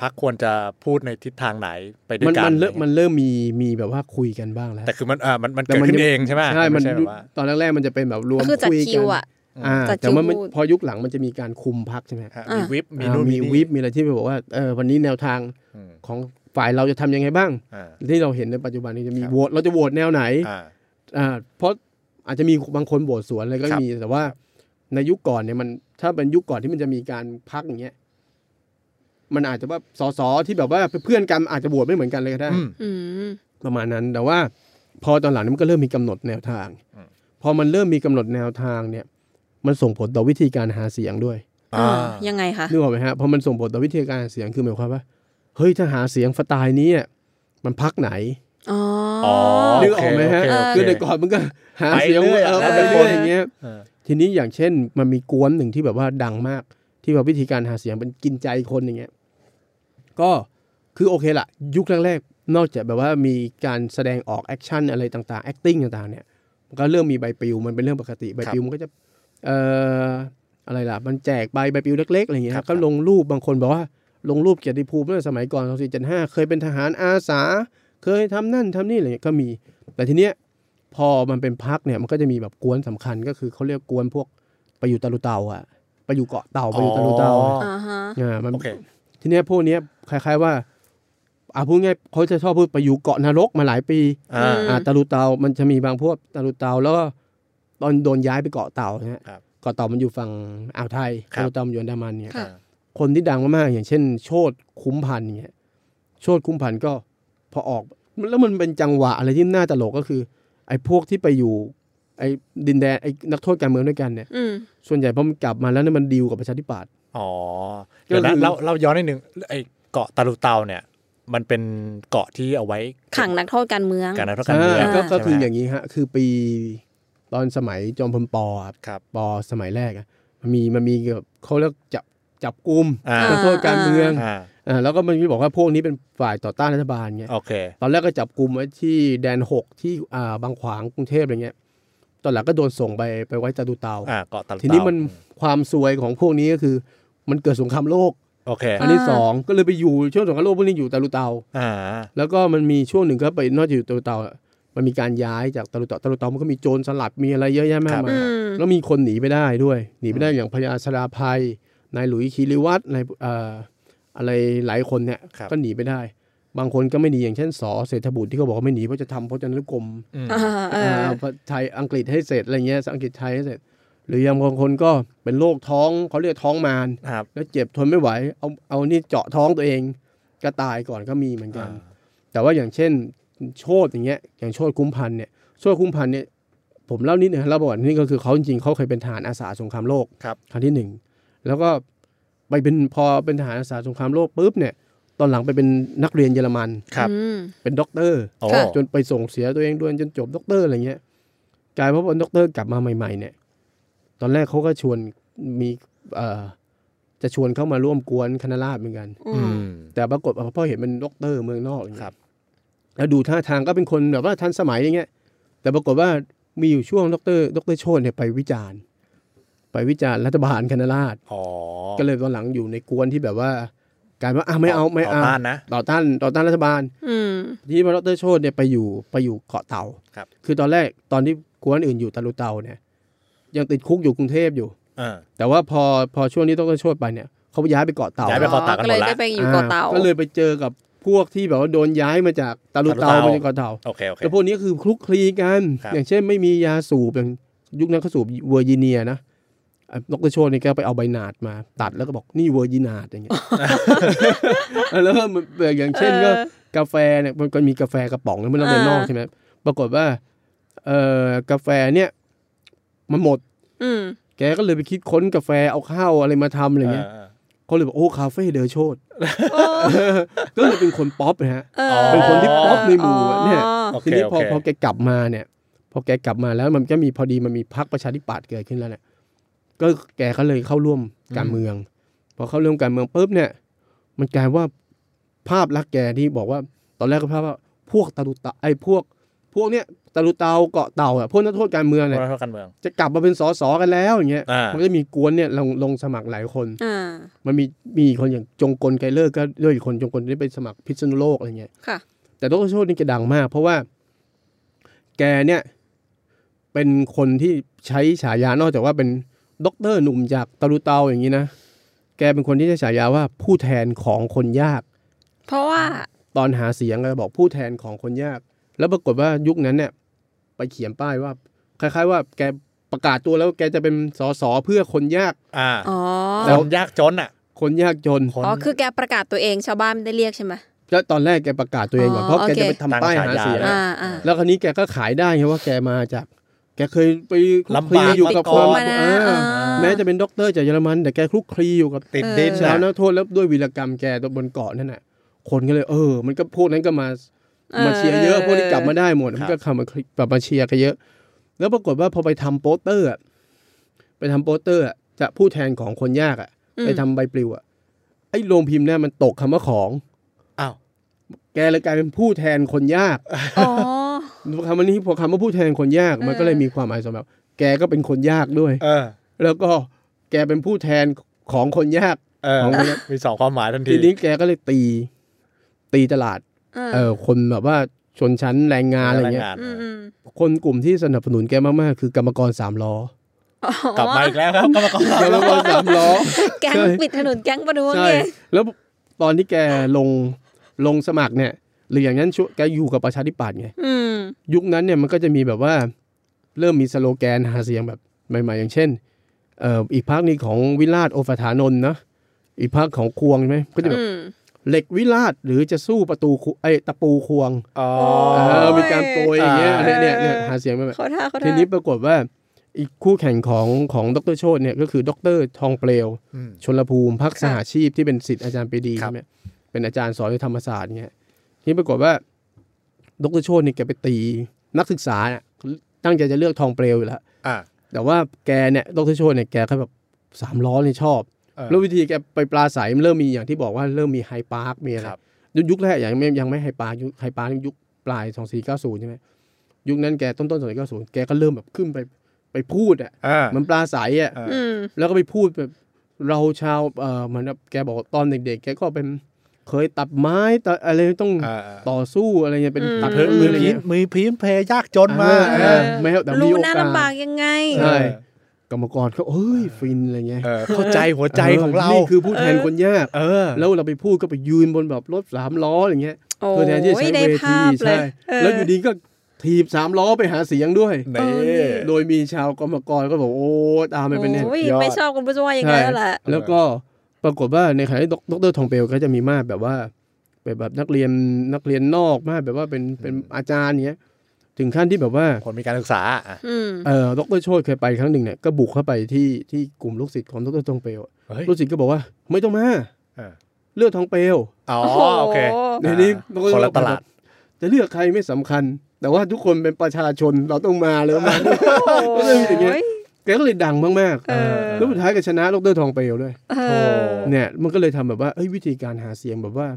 [SPEAKER 1] พักควรจะพูดในทิศทางไหนไปด้ว
[SPEAKER 4] มั
[SPEAKER 1] ย
[SPEAKER 4] น
[SPEAKER 1] กัน
[SPEAKER 4] มันเริ่ม
[SPEAKER 1] อะไรเงี้ย
[SPEAKER 4] มันเริ่มมีมีแบบว่าคุยกันบ้างแล้ว
[SPEAKER 1] แต่คือมันอ่ามันมัน
[SPEAKER 4] แต่
[SPEAKER 1] เกิด
[SPEAKER 4] มั
[SPEAKER 1] ขึ้น
[SPEAKER 4] ยัง
[SPEAKER 1] เองใช่ไหม
[SPEAKER 4] ใช่มัน
[SPEAKER 1] ไใช่แบบว่า
[SPEAKER 4] ตอนแรกๆมันจะเป็นแบบรวม
[SPEAKER 3] ก็คือจัด
[SPEAKER 4] ย
[SPEAKER 3] คิวอ่ะ
[SPEAKER 4] อ่า
[SPEAKER 3] จัดคิว
[SPEAKER 4] แต่ว่ามัน
[SPEAKER 3] พูด
[SPEAKER 4] พอยุคหลังมันจะมีการคุมพักใช่ไหม
[SPEAKER 1] ฮะ
[SPEAKER 3] อ่ะ
[SPEAKER 1] มีวิบมี
[SPEAKER 4] อ่า
[SPEAKER 1] นู่น
[SPEAKER 4] มี
[SPEAKER 1] นี่
[SPEAKER 4] วิปมีอะไรที่แบบว่าเออวันนี้แนวทาง
[SPEAKER 1] อืม
[SPEAKER 4] ของฝ่ายเราจะทำยังไงบ้าง
[SPEAKER 1] อ่า
[SPEAKER 4] ที่เราเห็นในปัจจุบันนี้จะมี
[SPEAKER 1] ครับ
[SPEAKER 4] โหวตเราจะโหวตแนวไหน
[SPEAKER 1] อ่า
[SPEAKER 4] อ่าเพราะอาจจะมีบางคนโบดสวนอะไรก็
[SPEAKER 1] ครับ
[SPEAKER 4] มีแต่ว่าในยุคก่อนเนี่ยมันถ้าเป็นยุคก่อนที่มันจะมีการพักอย่างเงี้ยมันอาจจะว่าสสที่แบบว่าเพื่อนกันอาจจะโหวตไม่เหมือนกันเลยก็ได้
[SPEAKER 1] อืม
[SPEAKER 3] อืม
[SPEAKER 4] ประมาณนั้นแต่ว่า พอตอนหลังเนี่ยมันก็เริ่มมีกำหนดแนวทาง
[SPEAKER 1] อืม
[SPEAKER 4] พอมันเริ่มมีกำหนดแนวทางเนี่ย มันส่งผลต่อวิธีการหาเสียงด้วย
[SPEAKER 1] อ่า
[SPEAKER 3] ยังไงคะ
[SPEAKER 4] นึกออกไหมฮะพอมันส่งผลต่อวิธีการหาเสียงคือหมายความว่าเฮ้ยถ้าหาเสียงสไตล์นี้อะมันพักไหน
[SPEAKER 3] อ๋อ
[SPEAKER 1] อ๋
[SPEAKER 3] อ๋
[SPEAKER 1] อ
[SPEAKER 4] นึกออกไหมฮะ
[SPEAKER 1] โอเคโอเค
[SPEAKER 4] คือแต่ก่อนมันก็หาเสียง
[SPEAKER 1] ไปเรื่อย
[SPEAKER 4] เออ
[SPEAKER 1] แล้ว
[SPEAKER 4] ไปเรื่อยอย่างเงี้ย
[SPEAKER 1] เออ
[SPEAKER 4] ทีนี้อย่างเช่นมันมีกวนหนึ่งที่แบบว่าดังมาก ที่ว่าวิธีการหาเสียงเป็นกินใจคนอย่างเงี้ยก็คือโอเคละยุคแรกๆ นอกจากแบบว่ามีการแสดงออกแอคชั่นอะไรต่างๆ acting ต่างๆเนี่ยมันก็เริ่มมีใบปลิวมันเป็นเรื่องปกติใบปลิวมันก็จะเอ่ออะไรล่ะ มันแจกใบใบปลิวเล็กๆอะไรอย่างเงี้ยก็ลงรูปบางคนบอกว่าลงรูปเกียรติภูมิเมื่อสมัยก่อน2475เคยเป็นทหารอาสา เคยทำนั่นทำนี่อะไรเงี้ยก็มี แต่ทีเนี้ย พอมันเป็นพักเนี่ยมันก็จะมีแบบกวนสำคัญก็คือเขาเรียกกวนพวกไปอยู่ตะลุเตาอะไปอยู่เกาะเต่าไปอยู่ตะลุเตา
[SPEAKER 1] อ๋อ
[SPEAKER 3] อ่าฮะ
[SPEAKER 4] อ่ามัน
[SPEAKER 1] โอเค
[SPEAKER 4] ทีเนี้ยพวกเนี้ยคล้ายๆว่าอ่าพูดง่ายเขาจะชอบพูดไปอยู่เกาะนรกมาหลายปี
[SPEAKER 1] อ่า
[SPEAKER 4] อ่าตะลุเตามันจะมีบางพวกตะลุเตาแล้วก็ตอนโดนย้ายไปเกาะเต่านะฮะ
[SPEAKER 1] ครับ
[SPEAKER 4] เกาะเต่ามันอยู่ฝั่งอ่าวไทย
[SPEAKER 1] ครับ
[SPEAKER 4] ตะลุเตามันอยู่อันดามันเนี่ย
[SPEAKER 3] ค่ะ
[SPEAKER 4] คนที่ดังมากๆอย่างเช่น โชตคุ้มพันธ์เนี่ยโชตคุ้มพันธ์ก็พอออกแล้วมันเป็นจังหวะอะไรที่น่าตลกก็คือ ไอ้พวกที่ไปอยู่ไอ้ดินแดนไอ้นักโทษการเมืองด้วยกันเนี่ย
[SPEAKER 3] อืม
[SPEAKER 4] ส่วนใหญ่พอมันกลับมาแล้วเนี่ยมันดีลกับประชาธิปัตย์
[SPEAKER 1] อ๋อเดี๋ยว
[SPEAKER 4] ก็
[SPEAKER 1] นะ
[SPEAKER 4] คือ
[SPEAKER 1] เราเราย้อนนิดนึงไอ้เกาะตาลุเตาเนี่ย มันเป็นเกาะที่เอาไว้
[SPEAKER 3] ขังนักโทษการเมือง
[SPEAKER 1] การนักโทษการเมือง
[SPEAKER 4] อ่าก็ก็
[SPEAKER 1] ใช่ไหม
[SPEAKER 4] คืออย่างนี้ฮะคือปีตอนสมัยจอมพลปอครับ
[SPEAKER 1] ครับ
[SPEAKER 4] ปอสมัยแรกอะมันมีมันมีเกี่ยวกับเขาเรียกจับจับกลุ่ม
[SPEAKER 1] อ่า
[SPEAKER 4] นักโทษการเมือง
[SPEAKER 1] อ่า
[SPEAKER 4] อ่าแล้วก็มันมีบอกว่าพวกนี้เป็นฝ่ายต่อต้านรัฐบาลไง
[SPEAKER 1] โอเค
[SPEAKER 4] ตอนแรกก็จับกลุ่มไว้ที่แดนหกที่อ่าบางขวางกรุงเทพอะไรเงี้ย ตอนหลังก็โดนส่งไปไปไว้จาตุเตา
[SPEAKER 1] อ่าเกาะตาลุเตา
[SPEAKER 4] ทีนี้มันความซวยของพวกนี้ก็คือ มันเกิดสงครามโลก
[SPEAKER 1] โอเค
[SPEAKER 4] อันที่สองก็เลยไปอยู่ช่วงสงครามโลกพวกนี้อยู่ตาลุเตา
[SPEAKER 1] อ่า
[SPEAKER 4] แล้วก็มันมีช่วงหนึ่งก็ไปนอกจากอยู่ตาลุเตาอะมันมีการย้ายจากตาลุเตาตาลุเตามันก็มีโจรสลัดมีอะไรเยอะแยะมา
[SPEAKER 1] ค
[SPEAKER 4] ก
[SPEAKER 1] รับ
[SPEAKER 4] มาย
[SPEAKER 3] อืม
[SPEAKER 4] แล้วมีคนหนีไปได้ด้วย หนีไปได้อย่างพญาชราภัยนายหลุยส์คีริวัตรนายเอ่ออะไรหลายคนเนี่ย
[SPEAKER 1] ครับ
[SPEAKER 4] ก็หนีไปได้ บางคนก็ไม่หนีอย่างเช่นสอเศรษฐบุตรที่เขาบอกว่าไม่หนีเพราะจะทำพจนานุกรม
[SPEAKER 1] อืม
[SPEAKER 3] อ่าเออ
[SPEAKER 4] อ่าไทยอังกฤษให้เสร็จอะไรเงี้ยอังกฤษไทยให้เสร็จ หรือยังบางคนก็เป็นโรคท้องเขาเรียกท้องมาร
[SPEAKER 1] ครับ
[SPEAKER 4] แล้วเจ็บทนไม่ไหวเอาเอานี่เจาะท้องตัวเองก็ตายก่อนก็มีเหมือนกัน
[SPEAKER 1] อ่า
[SPEAKER 4] แต่ว่าอย่างเช่นโชดอย่างเงี้ยอย่างโชดคุ้มพันธ์เนี่ยโชดคุ้มพันธ์เนี่ยผมเล่านิดหนึงเล่าประวัตินี่ก็คือเขาจริงๆเขาเคยเป็นทหารอาสาสงครามโลก
[SPEAKER 1] ครับ
[SPEAKER 4] งที่หนึ่งแล้วก็ไปเป็นพอเป็นทหารอาสาสงครามโลกปุ๊บเนี่ย ตอนหลังไปเป็นนักเรียนเยอรมัน
[SPEAKER 1] ครับ
[SPEAKER 3] อืม
[SPEAKER 4] เป็นด็อกเตอร์
[SPEAKER 1] โอ้
[SPEAKER 3] ค่ะ
[SPEAKER 4] จนไปส่งเสียตัวเองด้วยจนจบด็อกเตอร์อะไรเงี้ยกลายเพราะว่าด็อกเตอร์กลับมาใหม่ ๆ เนี่ย ตอนแรกเขาก็ชวนมีเอ่อจะชวนเข้ามาร่วมกวนคณะราษฎรเหมือนกัน
[SPEAKER 3] อื
[SPEAKER 1] อื
[SPEAKER 3] ม
[SPEAKER 1] ม
[SPEAKER 4] แต่ปรากฏว่าพ่อเห็นเป็นด็อกเตอร์เมืองนอกอย่างเงี้ย
[SPEAKER 1] ครับ
[SPEAKER 4] แล้วดูท่าทางก็เป็นคนแบบว่าทันสมัยอย่างเงี้ย แต่ปรากฏว่ามีอยู่ช่วงด็อกเตอร์ด็อกเตอร์โชตเนี่ยไปวิจารณ์ ไปวิจารณ์รัฐบาลคณะราษฎร
[SPEAKER 1] อ๋อ
[SPEAKER 4] ก็เลยตอนหลังอยู่ในกวนที่แบบว่า การว่าอ่ะไม่เอาไม่เอา
[SPEAKER 1] ต้านนะ
[SPEAKER 4] ต่อต้านต่อต้านรัฐบาล
[SPEAKER 3] อืม
[SPEAKER 4] ทีนี้พอดรโชตเนี่ยไปอยู่ไปอยู่เกาะเต่า
[SPEAKER 1] ครับ
[SPEAKER 4] คือตอนแรกตอนที่กวนอื่นอยู่ตะลุเตาเนี่ย ยังติดคุกอยู่กรุงเทพอยู่
[SPEAKER 1] เออ
[SPEAKER 4] แต่ว่าพอพอช่วงนี้ดรโชตไปเนี่ยเขาย้ายไปเกาะเต่า
[SPEAKER 1] ย้ายไปเกาะเต่ากันหมดละ
[SPEAKER 3] ก็เลยได้ไปอยู่เกาะเต่า
[SPEAKER 4] ก็เลยไปเจอกับพวกที่แบบว่าโดนย้ายมาจากตะลุเตามาจากเกาะเต่า
[SPEAKER 1] โอเคโอเค
[SPEAKER 4] แล้วพวกนี้คือคลุกคลีกัน
[SPEAKER 1] ครับ
[SPEAKER 4] อย่างเช่นไม่มียาสูบอย่างยุคนั้นเขาสูบเวอร์จิเนียนะอ่ะดรโชตเนี่ยแกไปเอาใบหนาดมาตัดแล้วก็บอกนี่เวอร์จินาด อย่างเงี้ย แล้วก็เหมือนอย่างเช่นก็
[SPEAKER 3] ออก
[SPEAKER 4] าแฟเนี่ยมันก็มีกาแฟกระป๋องนะเมื่อเราเรียนนอกใช่ไหมปรากฏว่าเอ่อกาแฟเนี่ยมันหมด
[SPEAKER 3] อืม
[SPEAKER 4] แกก็เลยไปคิดค้นกาแฟเอาข้าวอะไรมาทำอะไรเงี้ย
[SPEAKER 1] เออ
[SPEAKER 4] เขาเลยบอกโอ้คาเฟ่เดอโชดก็เลยเป็นคนป๊อปนะฮะ
[SPEAKER 3] เออ
[SPEAKER 4] เป็นคนที่ป๊อปในหมู่อะเนี่ย
[SPEAKER 1] โอเค
[SPEAKER 4] ทีนี้พอ
[SPEAKER 1] โอเค
[SPEAKER 4] พอแกกลับมาเนี่ยพอแกกลับมาแล้วมันก็มีพอดีมันมีพรรคประชาธิปัตย์เกิดขึ้นแล้วเนี่ยก็แกก็เลยเข้าร่วมการเมือง พอเข้าร่วมการเมืองปุ๊บเนี่ย มันกลายว่าภาพลักษณ์แกที่บอกว่า ตอนแรกก็ภาพว่าพวกตะลุเตาไอ้พวก พวกเนี้ยตะลุเตาเกาะเต่าอะพวกนักโทษการเมือง
[SPEAKER 1] พว
[SPEAKER 4] เนี่
[SPEAKER 1] ก
[SPEAKER 4] ย
[SPEAKER 1] นักโทษการเมือง
[SPEAKER 4] จะกลับมาเป็นสสกันแล้วอย่างเงี้ย
[SPEAKER 1] อ่ามั
[SPEAKER 4] มันก็มีกวนเนี่ยลงลงสมัครหลายคน
[SPEAKER 3] อ่า
[SPEAKER 4] มันมีมีคนอย่างจงกลไกรเลิกก็ด้วยอีกคนจงกลได้ไปสมัครพิษณุโลกอะไรเงี้ย
[SPEAKER 3] ค่ะ
[SPEAKER 4] แต่ดรโชตนี่แกดังมาก เพราะว่าแกเนี่ย เป็นคนที่ใช้ฉายานอกจากว่าเป็นด็อกเตอร์หนุ่มจากตะลุเตาอย่างนี้นะ แกเป็นคนที่ใช้ฉายาว่าผู้แทนของคนยาก
[SPEAKER 3] เพราะว่า
[SPEAKER 4] ตอนหาเสียงก็บอกผู้แทนของคนยาก แล้วปรากฏว่ายุคนั้นเนี่ย ไปเขียนป้ายว่า คล้ายๆ ว่าแกประกาศตัวแล้วแกจะเป็นสสเพื่อคนยาก
[SPEAKER 1] อ่า
[SPEAKER 3] อ๋อ
[SPEAKER 1] ค
[SPEAKER 4] แล้ว
[SPEAKER 1] นยากจนอ่ะ
[SPEAKER 4] คนยากจน
[SPEAKER 1] คน
[SPEAKER 3] อ๋อ คือแกประกาศตัวเองชาวบ้านไม่ได้เรียกใช่ไหม
[SPEAKER 4] แล้วตอนแรกแกประกาศตัวเองก่อนเพราะ
[SPEAKER 3] อ๋อ
[SPEAKER 4] แก
[SPEAKER 3] โอเค
[SPEAKER 4] จะไปทำป้ายหาเสียง
[SPEAKER 1] ตั้งฉย
[SPEAKER 3] อ่าอ่า
[SPEAKER 4] แล้วคราวนี้แกก็ขายได้ไงว่าแกมาจาก แกเคยไปคลุกคลี
[SPEAKER 1] ลำบาก
[SPEAKER 4] อยู่กับ
[SPEAKER 1] มา
[SPEAKER 4] ค
[SPEAKER 1] ก่
[SPEAKER 4] วา
[SPEAKER 1] อ
[SPEAKER 4] ม
[SPEAKER 1] น
[SPEAKER 3] มานะ
[SPEAKER 4] เออ
[SPEAKER 3] เออ
[SPEAKER 4] แม้จะเป็นด็อกเตอร์จากเยอรมัน แต่แกคลุกคลีอยู่กับ
[SPEAKER 1] ติดดิน
[SPEAKER 3] เออ
[SPEAKER 4] ชาว
[SPEAKER 1] นะ
[SPEAKER 4] นักโทษแล้วด้วยวีรกรรมแกบนเกาะนั่นน่ะ คนก็เลยเออ มันก็พวกนั้นก็มามาเชียร์เยอะพวกที่กลับมาได้หมดมันก็เข้ามาคลิกแบบมาเชียร์กันเยอะ แล้วปรากฏว่าพอไปทำโปสเตอร์อะไปทำโปสเตอร์อะจะผู้แทนของคนยากอะ
[SPEAKER 3] อืม
[SPEAKER 4] ไปทำใบปลิวอะไอ้โรงพิมพ์เนี่ยมันตกคำว่าของ
[SPEAKER 1] อ้าว
[SPEAKER 4] แกเลยกลายเป็นผู้แทนคนยาก
[SPEAKER 3] อ๋อ
[SPEAKER 4] คำนี้พอคำว่าผู้แทนคนยาก
[SPEAKER 3] เออ
[SPEAKER 4] มันก็เลยมีความหมายสำหรับ แกก็เป็นคนยากด้วย
[SPEAKER 1] เออ
[SPEAKER 4] แล้วก็แกเป็นผู้แทนของคนยาก
[SPEAKER 1] เออ
[SPEAKER 4] ของคนเนี้ย
[SPEAKER 1] มีสองความหมายทัน
[SPEAKER 4] ที
[SPEAKER 1] ที
[SPEAKER 4] นี้แกก็เลยตี ตีตลาด
[SPEAKER 3] เออ
[SPEAKER 4] เออคนแบบว่าชนชั้นแรงงานอะไรเงี้ย
[SPEAKER 1] แรงงาน
[SPEAKER 3] มอืม
[SPEAKER 4] คนกลุ่มที่สนับสนุนแกมากๆคือกรรมกรสามล้อ
[SPEAKER 3] อ๋อก
[SPEAKER 1] ลับมาอีกแล้วครับกรรมกร
[SPEAKER 4] กรรมกรสามล้อ
[SPEAKER 3] แก๊งปิดถนนแก๊งประท้วง
[SPEAKER 4] ใช่
[SPEAKER 3] ไง
[SPEAKER 4] แล้วตอนที่แกลงลงสมัครเนี่ย หรืออย่างนั้นช่วงแกอยู่กับประชาธิปัตย์ไง
[SPEAKER 3] อืม
[SPEAKER 4] ยุคนั้นเนี่ยมันก็จะมีแบบว่าเริ่มมีสโลแกนหาเสียงแบบใหม่ๆ อย่างเช่นเอ่ออีกพักหนึงของวิราชโอฟฐานนท์นะอีกพักของควงใช่ไหมก็จะแบบ
[SPEAKER 3] อืม
[SPEAKER 4] เหล็กวิราชหรือจะสู้ประตูคุไอ้ยตะปูควง
[SPEAKER 1] อ๋อ
[SPEAKER 4] เออมีการโปรยอย่างเงี้ย
[SPEAKER 1] อ่า
[SPEAKER 4] เนี่ยเนี่ยเนี่ยหาเสียงมาแบบ
[SPEAKER 3] เขาท่าเขาท่า
[SPEAKER 4] ทีนี้ปรากฏว่าอีกคู่แข่งของของดรโชตเนี่ยก็คือดรทองเปลว
[SPEAKER 1] อืม
[SPEAKER 4] ชนลภูมิพักสหชีพที่เป็นศิษย์อาจารย์ปรีดี
[SPEAKER 1] ครับ
[SPEAKER 4] ใช่ไหมเป็นอาจารย์สอนอยู่ธรรมศาสตร์เนี่ยทีนี้ปรากฏว่าดรโชตินี่แกไปตีนักศึกษาเนี่ยตั้งใจจะเลือกทองเปลวอยู่แล้ว
[SPEAKER 1] อ่า
[SPEAKER 4] แต่ว่าแกเนี่ยดรโชติเนี่ยแกก็แบบสามล้อเนี่ยชอบ
[SPEAKER 1] เออ
[SPEAKER 4] แล้ววิธีแกไปปลาใสมันเริ่มมีอย่างที่บอกว่าเริ่มมีไฮปาร์คมีอะไร
[SPEAKER 1] ครับ
[SPEAKER 4] ยุคแรกอย่างไม่ยังไม่ไฮปาร์คยุคไฮปาร์คยุคปลายสองสี่เก้าศูนย์ใช่ไหมยุคนั้นแกต้นต้นสองสี่เก้าศูนย์แกก็เริ่มแบบขึ้นไปไปพูดอ่ะ
[SPEAKER 1] อ่า
[SPEAKER 4] เหมันปลาใสอ่ะ
[SPEAKER 1] เออ
[SPEAKER 3] อืม
[SPEAKER 4] แล้วก็ไปพูดแบบเราชาวเอ่อเหมือนแบบแกบอกว่าตอนเด็กๆ แกก็เป็นเคยตัดไม้ตัดอะไรต้อง
[SPEAKER 1] อ่าๆ
[SPEAKER 4] ต่อสู้อะไรเงี้ยเป็น
[SPEAKER 3] อืม
[SPEAKER 4] ตัด
[SPEAKER 1] พื้น
[SPEAKER 4] มื
[SPEAKER 1] มื
[SPEAKER 4] อ
[SPEAKER 1] อ
[SPEAKER 4] อะไร
[SPEAKER 1] พีน
[SPEAKER 4] เงี้ย
[SPEAKER 1] มือพีนเพยยากจนมาก
[SPEAKER 4] เออไม่เอาแต่มี
[SPEAKER 3] รู้
[SPEAKER 4] โอ
[SPEAKER 3] นะ
[SPEAKER 4] กาส
[SPEAKER 3] ลำบากยังไง
[SPEAKER 4] ใช่
[SPEAKER 1] เออ
[SPEAKER 4] กรรมกรเขาเอ้ยฟินอะไรเงี้ย
[SPEAKER 1] เออเข้าใจหัวใจของเรา
[SPEAKER 4] นี่คือผู้แทนคนยาก
[SPEAKER 1] เออ
[SPEAKER 4] แล้วเราไปพูดก็ไปยืนบนแบบรถสามล้ออย่างเงี้ย
[SPEAKER 3] โอ้
[SPEAKER 4] เพื่อแทนที่จะ
[SPEAKER 3] ย
[SPEAKER 4] ใช้
[SPEAKER 3] ได้
[SPEAKER 4] เว
[SPEAKER 3] ภา
[SPEAKER 4] ที
[SPEAKER 3] พเล
[SPEAKER 4] ใช่
[SPEAKER 3] ยเ
[SPEAKER 4] แล้วอยู่ดีก็ทีบสามล้อไปหาเสียงด้วย
[SPEAKER 1] นี่
[SPEAKER 4] โดยมีชาวกรรมกรก็บอกโอ้ตามไปเป็นเนี่ย
[SPEAKER 3] โอ้ย
[SPEAKER 1] ยอด
[SPEAKER 3] ไม่ชอบคุณผู้ชมว่าอย่างไงแล้วแหละ
[SPEAKER 4] แล้วก็ปรากฏว่าในขณะที่ดรทองเปลก็จะมีมากแบบว่าแบบแบบนักเรียนนักเรียนนอกมากแบบว่าเป็นเป็นอาจารย์เนี้ยถึงขั้นที่แบบว่า
[SPEAKER 1] คนมีการศึกษาอ่ะ
[SPEAKER 3] อืม
[SPEAKER 4] เออดรโชติเคยไปครั้งหนึ่งเนี่ยก็บุกเข้าไปที่ที่กลุ่มลูกศิษย์ของดรทองเปล
[SPEAKER 1] เฮ้ย
[SPEAKER 4] ลูกศิษย์ก็บอกว่าไม่ต้องมา
[SPEAKER 1] เออ
[SPEAKER 4] เลือกทองเปลว
[SPEAKER 1] อ๋อ
[SPEAKER 3] โอ้โห
[SPEAKER 1] โอเค
[SPEAKER 4] ในนี้
[SPEAKER 1] อ่าคนละตลาด
[SPEAKER 4] จะเลือกใครไม่สำคัญ แต่ว่าทุกคนเป็นประชาชนเราต้องมาเลยมา ก็เลยอย่างเงี้ย แกก็เลยดังมาก
[SPEAKER 3] เออ
[SPEAKER 4] ๆแล้วสุดท้ายก็ชนะดรทองเปลวด้วย
[SPEAKER 3] เออ
[SPEAKER 4] เนี่ยมันก็เลยทำแบบว่าเอ้ยวิธีการหาเสียงแบบว่า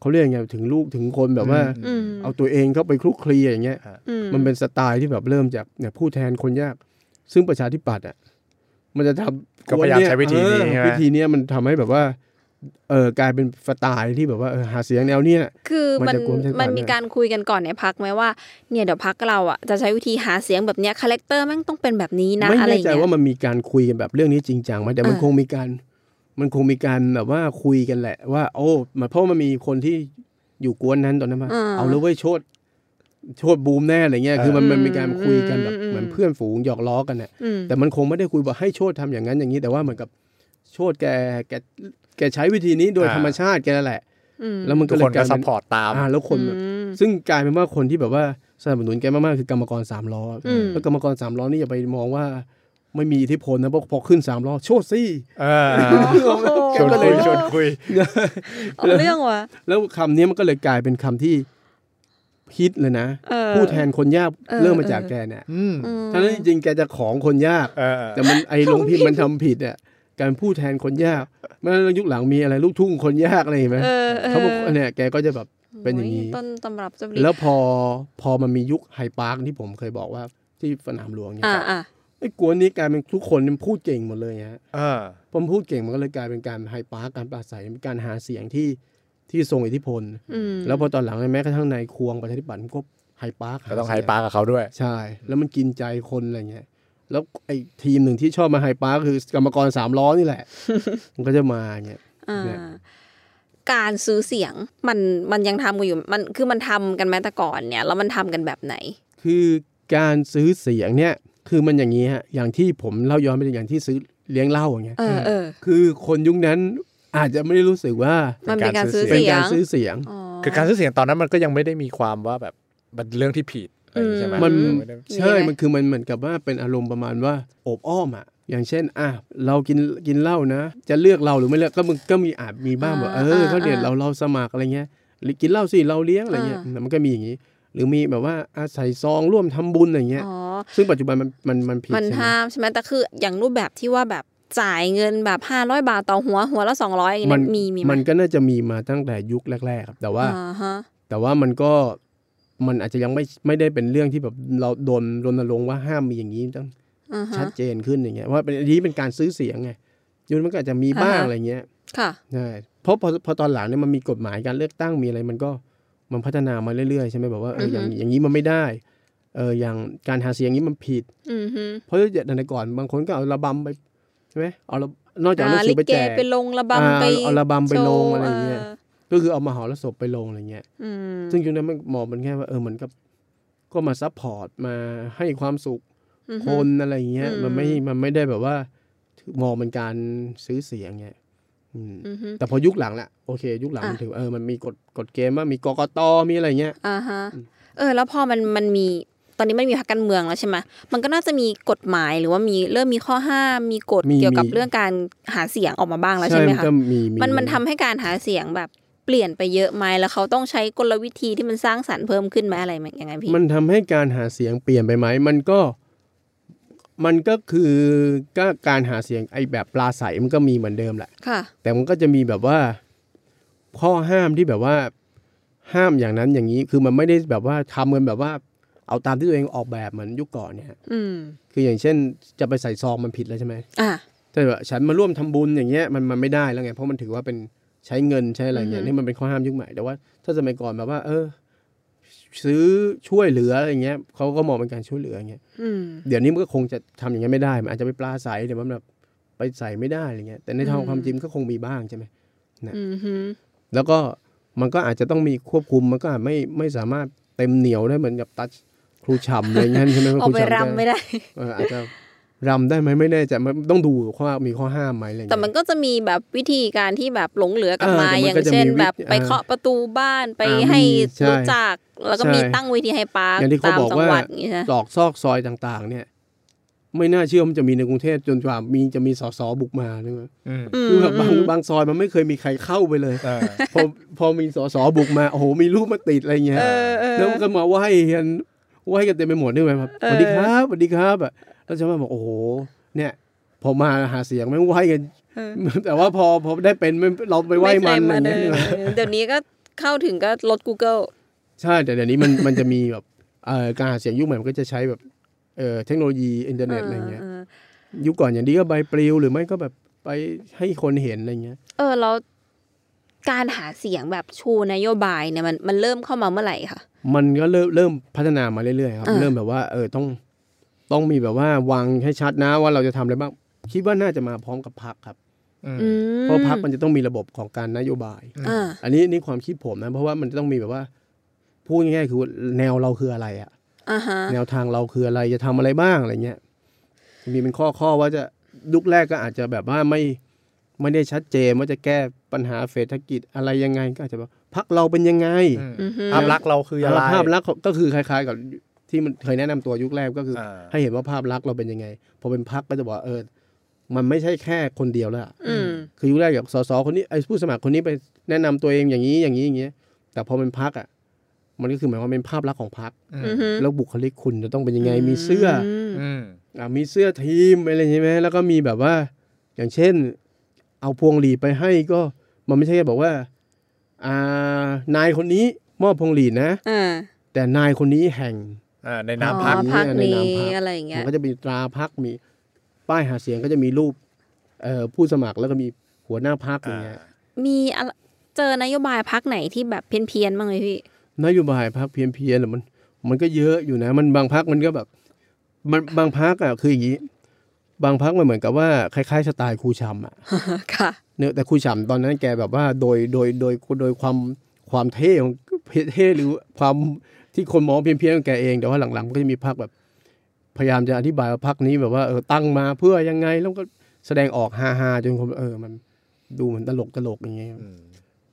[SPEAKER 4] เขาเรียกยังไงถึงลูกถึงคนแบบว่า
[SPEAKER 3] อืม
[SPEAKER 4] เอาตัวเองเข้าไปคลุกคลีอย่างเงี้ย
[SPEAKER 3] อื
[SPEAKER 4] มันเป็นสไตล์ที่แบบเริ่มจากเนี่ยผู้แทนคนยาก ซึ่งประชาธิปัตย์อ่ะมันจะทำ
[SPEAKER 1] ก็พยายามใช้วิธีนี้
[SPEAKER 4] เออ
[SPEAKER 1] ใช่ไหม
[SPEAKER 4] วิธีเนี้ยมันทำให้แบบว่าเออกลายเป็นสไตล์ที่แบบว่าเออหาเสียงแนวเนี้ย
[SPEAKER 3] คือ
[SPEAKER 4] มั
[SPEAKER 3] มัน น
[SPEAKER 4] จะกลัวไม่ใช่
[SPEAKER 3] มัน
[SPEAKER 4] ปัญหามี
[SPEAKER 3] มีการคุยกันก่อนในพักไหมว่า เนี่ยเดี๋ยวพักเราอ่ะจะใช้วิธีหาเสียงแบบเนี้ยคาแรคเตอร์แม่งต้องเป็นแบบนี้นะ
[SPEAKER 4] ไม่
[SPEAKER 3] อะไร
[SPEAKER 4] แน่ใจ
[SPEAKER 3] เงี้ย
[SPEAKER 4] ว่ามันมีการคุยกันแบบเรื่องนี้จริงจังไหมแต่มัน
[SPEAKER 3] อ่า
[SPEAKER 4] คงมีการ มันคงมีการแบบว่าคุยกันแหละ ว่า โอ้มันเพราะมันมีคนที่อยู่กวนนั้นตอนนั้นมาเอาเลยเว้ยโชดโชดบูมแน่อะไรเงี้ยคือมันมันมีการคุยกันแบบเหมือนเพื่อนฝูงหยอกล้อกันน่ะ
[SPEAKER 3] อืม
[SPEAKER 4] แต่มันคงไม่ได้คุยว่าให้โชดทำอย่างนั้นอย่างนี้ แต่ว่าเหมือนกับโชดแกแกแกใช้วิธีนี้โดย
[SPEAKER 1] อ่า
[SPEAKER 4] ธรรมชาติแกแหละ
[SPEAKER 3] อืม
[SPEAKER 4] แล้วมัน
[SPEAKER 1] ทุ
[SPEAKER 4] ก็
[SPEAKER 1] ก
[SPEAKER 4] เล
[SPEAKER 1] ค
[SPEAKER 4] ย
[SPEAKER 1] น
[SPEAKER 4] ก
[SPEAKER 1] ก็
[SPEAKER 4] ลาย
[SPEAKER 1] ซั
[SPEAKER 4] เป็
[SPEAKER 1] พ
[SPEAKER 4] น
[SPEAKER 1] พอร์ตตาม
[SPEAKER 4] อ่าแล้วคนแบบ ซึ่งกลายเป็นว่าคนที่แบบว่าสนับสนุนแกมากๆคือกรรมกรสามล้ออ
[SPEAKER 3] ม
[SPEAKER 4] แล้วกรรมกรสามล้อนี่อย่าไปมองว่าไม่มีอิทธิพลนะเพราะพอขึ้นสามล้อโชดซี่
[SPEAKER 1] เออ
[SPEAKER 4] แก
[SPEAKER 1] ชวน
[SPEAKER 4] ก็เล
[SPEAKER 1] คุ
[SPEAKER 4] ย
[SPEAKER 1] ยชวนคุย
[SPEAKER 3] เอาเรื่องวะ
[SPEAKER 4] แล้วคำนี้มันก็เลยกลายเป็นคำที่ฮิตเลยนะ
[SPEAKER 3] เออ
[SPEAKER 4] ผู้แทนคนยาก
[SPEAKER 3] เออ
[SPEAKER 4] เริ่มมาจากแกเนี่ย
[SPEAKER 1] อืม
[SPEAKER 3] อืม
[SPEAKER 4] ทั้งนั้นจริงๆแกจะของคนยาก
[SPEAKER 1] เออ
[SPEAKER 4] แต่มันไอ้ลงพิมพ์มันทำผิด อ่ะการเป็นผู้แทนคนยากเมื่อยุคหลังมีอะไรลูกทุ่งคนยากอะไรเห็นไหม
[SPEAKER 3] เออเออ
[SPEAKER 4] เขาบอกเนี่ยแกก็จะแบบเป็นอย่างนี้
[SPEAKER 3] โต้นตำรับจำ
[SPEAKER 4] แล้วพอพอมันมียุคไฮปาร์คที่ผมเคยบอกว่าที่สนามหลวงเนี่ยค
[SPEAKER 3] อ่า
[SPEAKER 4] รับ
[SPEAKER 3] อ่า
[SPEAKER 4] ไอ้กวนนี้กลายเป็นทุกคนมันพูดเก่งหมดเลยฮะ
[SPEAKER 1] เออ
[SPEAKER 4] พอมันพูดเก่งมันก็เลยกลายเป็นการไฮปาร์คการปราศัยเป็นการหาเสียงที่ที่ทรงอิทธิพล
[SPEAKER 3] อืม
[SPEAKER 4] แล้วพอตอนหลังเนี่ยแม้กระทั่งในายควงประชาธิปัตย์มันก็ไฮปาร์คา
[SPEAKER 1] ก็ต้อง
[SPEAKER 4] เสี
[SPEAKER 1] ไฮ
[SPEAKER 4] ย
[SPEAKER 1] ปาร์คกับเขาด้วย
[SPEAKER 4] ใช่ แล้วมันกินใจคนอะไรเงี้ยแล้วไอ้ทีมหนึ่งที่ชอบมาไฮปาร์คคือกรรมกรสามล้อ นี่แหละ มันก็จะมาเงี้ย
[SPEAKER 3] อ่า
[SPEAKER 4] เนี่ย
[SPEAKER 3] การซื้อเสียงมันมันยังทำกันอยู่มันคือมันทำกันแม้แต่ก่อนเนี่ย แล้วมันทำกันแบบไหน
[SPEAKER 4] คือการซื้อเสียงเนี่ยคือมันอย่างนี้ฮะอย่างที่ผมเล่าย้อนไปอย่างที่ซื้อเลี้ยงเหล้าอย่างเงี้ย
[SPEAKER 3] เออเออ
[SPEAKER 4] คือคนยุคนั้นอาจจะไม่ได้รู้สึกว่า
[SPEAKER 3] มันเป็นการซื้อ
[SPEAKER 4] เป็น
[SPEAKER 3] เสีย
[SPEAKER 4] การ
[SPEAKER 3] ง
[SPEAKER 4] ซื้อเสียง
[SPEAKER 3] อ๋อ
[SPEAKER 1] คือการซื้อเสียงตอนนั้นมันก็ยังไม่ได้มีความว่าแบบมันเรื่องที่ผิดอะไรอย่างงี้ใช่ไหม
[SPEAKER 4] มัน
[SPEAKER 1] ไได้
[SPEAKER 4] ใช่
[SPEAKER 3] มีไหม
[SPEAKER 4] มันคือมันเหมือนกับว่าเป็นอารมณ์ประมาณว่าโอบอ้อมอ่ะ อย่างเช่นอ่ะเรากินกินเหล้านะ จะเลือกเราหรือไม่เลือกก็มึงก็มีอาจมีบ้างแบบเอ
[SPEAKER 3] อ่า
[SPEAKER 4] อ
[SPEAKER 3] อ่า
[SPEAKER 4] เขาเนี่ย
[SPEAKER 3] อ่า
[SPEAKER 4] เราเราสมัครอะไรเงี้ยหรือกินเหล้าสิเราเลี้ยงอะไรเงี้ย
[SPEAKER 3] อ่า
[SPEAKER 4] มันก็มีอย่างนี้ หรือมีแบบว่าอาศัยซองร่วมทำบุญอะไรเงี้ย
[SPEAKER 3] อ๋อ
[SPEAKER 4] ซึ่งปัจจุบันมันมันมันผิด
[SPEAKER 3] มัน
[SPEAKER 4] ใช่ไหม
[SPEAKER 3] ห้ามใช่ไหมแต่คืออย่างรูปแบบที่ว่าแบบจ่ายเงินแบบ 500 บาทต่อหัวหัวละ 200อย่างเงี้ยมีมีไหม
[SPEAKER 4] มันก็น่าจะมีมาตั้งแต่ยุคแรกๆครับแต่ว่า
[SPEAKER 3] อ่าฮะ
[SPEAKER 4] แต่ว่ามันก็มันอาจจะยังไม่ไม่ได้เป็นเรื่องที่แบบเราโดนรณรงค์ว่าห้ามมีอย่างนี้ต้อง
[SPEAKER 3] อ่าฮะ
[SPEAKER 4] ชัดเจนขึ้นอย่างเงี้ยว่าเป็นอันนี้เป็นการซื้อเสียงไงยุคนั้นมันก็อาจจะมีบ้าง
[SPEAKER 3] อ่าฮะ
[SPEAKER 4] อะไรเงี้ย
[SPEAKER 3] ค่ะ
[SPEAKER 4] ใช่เพราะพอพอตอนหลังเนี่ยมันมีกฎหมายการเลือกตั้งมีอะไร มันก็มันพัฒนามาเรื่อยๆใช่ไหมแบบว่าเอออย่าง
[SPEAKER 3] อือฮึ
[SPEAKER 4] อย่างนี้มันไม่ได้เอออย่างการหาเสียงนี้มันผิด
[SPEAKER 3] อืมฮึ
[SPEAKER 4] เพราะแต่ก่อนบางคนก็เอาระบำไปใช่ไหมเอาระนอกจากเอาหนั
[SPEAKER 3] อ่าง
[SPEAKER 4] สื
[SPEAKER 3] ลิ
[SPEAKER 4] อไป
[SPEAKER 3] เก
[SPEAKER 4] แจก
[SPEAKER 3] ไปลงระ
[SPEAKER 4] อ่า
[SPEAKER 3] บำไป
[SPEAKER 4] เอาระบำไปลง
[SPEAKER 3] โชว์
[SPEAKER 4] อะไรอย่างเงี้ย ก็คือเอามหรสพไปลงอะไรเงี้ย
[SPEAKER 3] อืม
[SPEAKER 4] ซึ่งยุคนั้นมันมองมันแค่ว่าเออเหมือนกับก็มาซัพพอร์ตมาให้ความสุข
[SPEAKER 3] อืม
[SPEAKER 4] ค
[SPEAKER 3] ฮึ
[SPEAKER 4] นอะไรเงี้ย
[SPEAKER 3] อืม
[SPEAKER 4] มันไม่มันไม่ได้แบบว่ามองเป็นการซื้อเสียงเงี้ยอืม
[SPEAKER 3] อืมฮึ
[SPEAKER 4] แต่พอยุคหลังละโอเค ยุคหลัง
[SPEAKER 3] อ่ะ
[SPEAKER 4] มันถือเออมันมีกฎกฎเกณฑ์ว่ามีกกตมีอะไรเงี้ย
[SPEAKER 3] อ่าฮะ เออ แล้วพอมันมันมีตอนนี้มันมีพรรคการเมืองแล้วใช่ไหมมันก็น่าจะมีกฎหมายหรือว่ามีเริ่มมีข้อห้ามมีกฎ
[SPEAKER 4] มี
[SPEAKER 3] เกี่ยวกับ
[SPEAKER 4] มี
[SPEAKER 3] เรื่องการหาเสียงออกมาบ้างแล้วใช่ไหม
[SPEAKER 4] มัน
[SPEAKER 3] คะ
[SPEAKER 4] ก็มี
[SPEAKER 3] มันมันทำให้การหาเสียงแบบเปลี่ยนไปเยอะไหมแล้วเขาต้องใช้กลวิธีที่มันสร้างสรรค์เพิ่มขึ้นไหมอะไรไหมยังไงพี่
[SPEAKER 4] มันทำให้การหาเสียงเปลี่ยนไปไหมมันก็มันก็คือก็การหาเสียงไอ้แบบปลาใสมันก็มีเหมือนเดิมแหละ
[SPEAKER 3] ค่ะ
[SPEAKER 4] แต่มันก็จะมีแบบว่า ข้อห้ามที่แบบว่า ห้ามอย่างนั้นอย่างนี้คือมันไม่ได้แบบว่าทำกันแบบว่า เอาตามที่ตัวเองออกแบบเหมือนยุคก่อนเนี่ยฮะ
[SPEAKER 3] อืม
[SPEAKER 4] คืออย่างเช่น จะไปใส่ซองมันผิดแล้วใช่ไหม
[SPEAKER 3] อ่ะ
[SPEAKER 4] แต่แบบฉันมาร่วมทำบุญอย่างเงี้ยมันมันไม่ได้แล้วไงเพราะมันถือว่าเป็นใช้เงินใช้อะไรเงี้ย
[SPEAKER 3] อือฮึ
[SPEAKER 4] นี่มันเป็นข้อห้ามยุคใหม่แต่ว่า ถ้าสมัยก่อนแบบว่า เออ ซื้อช่วยเหลืออะไรเงี้ยเขาก็มองเป็นการช่วยเหลืออย่างเงี้ย
[SPEAKER 3] อืม
[SPEAKER 4] เดี๋ยวนี้มันก็คงจะทำอย่างเงี้ยไม่ได้มันอาจจะไปปลาใสเดี๋ยวมันแบบไปใส่ไม่ได้อะไรเงี้ยแต่ในทางความจริงก็คงมีบ้างใช่ไหม
[SPEAKER 3] อืมฮึ
[SPEAKER 4] แล้วก็มันก็อาจจะต้องมีควบคุมมันก็อาจไม่ไม่สามารถเต็มเหนียวได้เหมือนกับตัชครูฉ่ำอะไรเงี้ยใช่ไหมว่า
[SPEAKER 3] ออ
[SPEAKER 4] ค
[SPEAKER 3] ก
[SPEAKER 4] รู
[SPEAKER 3] ไป
[SPEAKER 4] ฉ่ำ
[SPEAKER 3] รำไม่ได้
[SPEAKER 4] เอออาจจะรำได้ไหมไม่แน่ใจมันต้องดูข้อมีข้อห้ามไหมอะไรเงี้ย
[SPEAKER 3] แต่มันก็จะมีแบบวิธีการที่แบบหลงเหลือกันมา
[SPEAKER 4] เออแต่มัน
[SPEAKER 3] อย่าง
[SPEAKER 4] ก็จะมี
[SPEAKER 3] เช่น
[SPEAKER 4] วิธี
[SPEAKER 3] แบบไป
[SPEAKER 4] อ่า
[SPEAKER 3] เคาะประตูบ้านไป
[SPEAKER 4] อ่า
[SPEAKER 3] ให้
[SPEAKER 4] มีใช่
[SPEAKER 3] รู้จัก แล้วก็มี
[SPEAKER 4] ใช่
[SPEAKER 3] ตั้งเวทีให้ปาร์ค
[SPEAKER 4] อย่างที่เขา
[SPEAKER 3] ตาม
[SPEAKER 4] บอก
[SPEAKER 3] จัง
[SPEAKER 4] ว่า
[SPEAKER 3] หวัดอย่างนี้นะ
[SPEAKER 4] ตรอกซอกซอยต่างๆ เนี่ย ไม่น่าเชื่อมันจะมีในกรุงเทพจนกว่ามีจะมีสสบุกมาเนี่ย
[SPEAKER 1] อืม
[SPEAKER 3] อืม
[SPEAKER 4] คือแบบบางบางซอยมันไม่เคยมีใครเข้าไปเลย
[SPEAKER 1] เออ
[SPEAKER 4] พอพอมีสสบุกมา โอ้โห มีรูปมาติดอะไรเงี้ย
[SPEAKER 3] เออเออ
[SPEAKER 4] แล้วก็มาไหว้กันไหว้กันเต็มไปหมดนี่ไหมครับ
[SPEAKER 3] เอ
[SPEAKER 4] สวัส
[SPEAKER 3] อ
[SPEAKER 4] ดีครับสวัสดีครับอ่ะแล้วชาวบ้านบอกโอ้โห เนี่ย พอมาหาเสียงไม่งไหว้กัน
[SPEAKER 3] เออ
[SPEAKER 4] แต่ว่าพอพอได้เป็นไม่เราไปไหว้มันอะไร
[SPEAKER 3] ไเค
[SPEAKER 4] เงี้ย
[SPEAKER 3] ยาเดินเดี๋ยวนี้ก็เข้าถึงก็ลด Google
[SPEAKER 4] ใช่แต่เดี๋ยวนี้มันมันจะมี แบบเอ่อการหาเสียงยุคใหม่มันก็จะใช้แบบเอ่อเทคโนโลยีอินเทอร์เน็ตอะไรเงี้ย
[SPEAKER 3] ออ
[SPEAKER 4] ยุคก่อนอย่างดีก็ใบปลิวหรือไม่ก็แบบไปให้คนเห็นอะไรเงี้ย
[SPEAKER 3] เออแล้วการหาเสียงแบบชูนโยบายเนี่ยมันมันเริ่มเข้ามาเมื่อไหร่คะ
[SPEAKER 4] มันก็เริ่มเริ่มพัฒนามาเรื่อยๆครับ
[SPEAKER 3] อ่า
[SPEAKER 4] เริ่มแบบว่าเออต้องต้องมีแบบว่าวางให้ชัดนะว่าเราจะทำอะไรบ้างคิดว่าน่าจะมาพร้อมกับพักครับ
[SPEAKER 1] อืม
[SPEAKER 3] อืม
[SPEAKER 4] เพราะพักมันจะต้องมีระบบของการนโยบาย
[SPEAKER 1] อืม
[SPEAKER 3] อ่า
[SPEAKER 4] อันนี้นี่ความคิดผมนะ เพราะว่ามันจะต้องมีแบบว่าพูดง่ายๆคือแนวเราคืออะไรอะ
[SPEAKER 3] อ่าฮะ
[SPEAKER 4] แนวทางเราคืออะไรจะทำอะไรบ้างอะไรเงี้ยมีเป็นข้อข้อว่าจะลุกแรกก็อาจจะแบบว่าไม่ไม่ได้ชัดเจนว่าจะแก้ปัญหาเศรษฐกิจอะไรยังไงก็อาจจะแบบพักเราเป็นยังไง
[SPEAKER 1] อืม
[SPEAKER 3] อือฮึ
[SPEAKER 1] ภาพลักษณ์เราคืออะไร
[SPEAKER 4] ภาพลักษณ์ของก็คือคล้าย ๆ กับที่มันเคยแนะนำตัวยุคแรกก็คือ
[SPEAKER 1] อ่า
[SPEAKER 4] ให้เห็นว่าภาพลักษณ์เราเป็นยังไงพอเป็นพักก็จะบอกว่าเออมันไม่ใช่แค่คนเดียวแล้วอะ
[SPEAKER 3] อืม
[SPEAKER 4] คือยุคแรกอย่างสสคนนี้ไอ้ผู้สมัครคนนี้ไปแนะนำตัวเองอย่างนี้อย่างนี้อย่างนี้แต่พอเป็นพักอ่ะมันก็คือหมายความว่าเป็นภาพลักษณ์ของพัก
[SPEAKER 1] อื
[SPEAKER 3] อื
[SPEAKER 1] ม
[SPEAKER 3] อฮึ
[SPEAKER 4] แล้วบุคลิกคุณจะต้องเป็นยังไงมีเสื้อ
[SPEAKER 3] ม
[SPEAKER 1] อืม
[SPEAKER 4] อ่ะมีเสื้อทีมอะไรใช่ไหมแล้วก็มีแบบว่า อย่างเช่น เอาพวงหลีดไปให้ก็มันไม่ใช่แค่บอกว่าอ่านายคนนี้มอบพวงหลีดนะ
[SPEAKER 3] อ่า
[SPEAKER 4] แต่นายคนนี้แห่ง
[SPEAKER 1] อ่าใน
[SPEAKER 3] อ๋
[SPEAKER 1] นามพัก
[SPEAKER 3] อพัก
[SPEAKER 4] ใน
[SPEAKER 3] นี้
[SPEAKER 4] นามพรรค
[SPEAKER 3] อะไรอย่างเงี้
[SPEAKER 4] มั
[SPEAKER 3] ย
[SPEAKER 4] นก็จะมีตราพักมีป้ายหาเสียงก็จะมีรูปเอ่อผู้สมัครแล้วก็มีหัวหน้าพักอย่างเงี้ย
[SPEAKER 3] มีอะไรเจอนโยบายพักไหนที่แบบเพี้ยนๆบ้างเลยพี่
[SPEAKER 4] นโยบายพักเพียนเพียนหรือมัน มันก็เยอะอยู่นะ มันบางพักมันก็แบบ มันบางพักอ่ะคืออย่างนี้ บางพักมันเหมือนกับว่าคล้ายๆสไตล์ครูชำอ่ะ
[SPEAKER 3] ค่ะ
[SPEAKER 4] เนอะแต่ครูชำตอนนั้นแกแบบว่าโดยโดยโดยโดยความความเท่ของเท่หรือความที่คนมองเพียนเพียนของแกเองแต่ว่าหลังๆมันก็จะมีพักแบบ พยายามจะอธิบายว่าพักนี้แบบว่าเออตั้งมาเพื่อยังไงแล้วก็แสดงออกฮาฮาๆจนคนเออมันดูเหมือนตลกตลกๆอย่างเงี้ย
[SPEAKER 1] อืม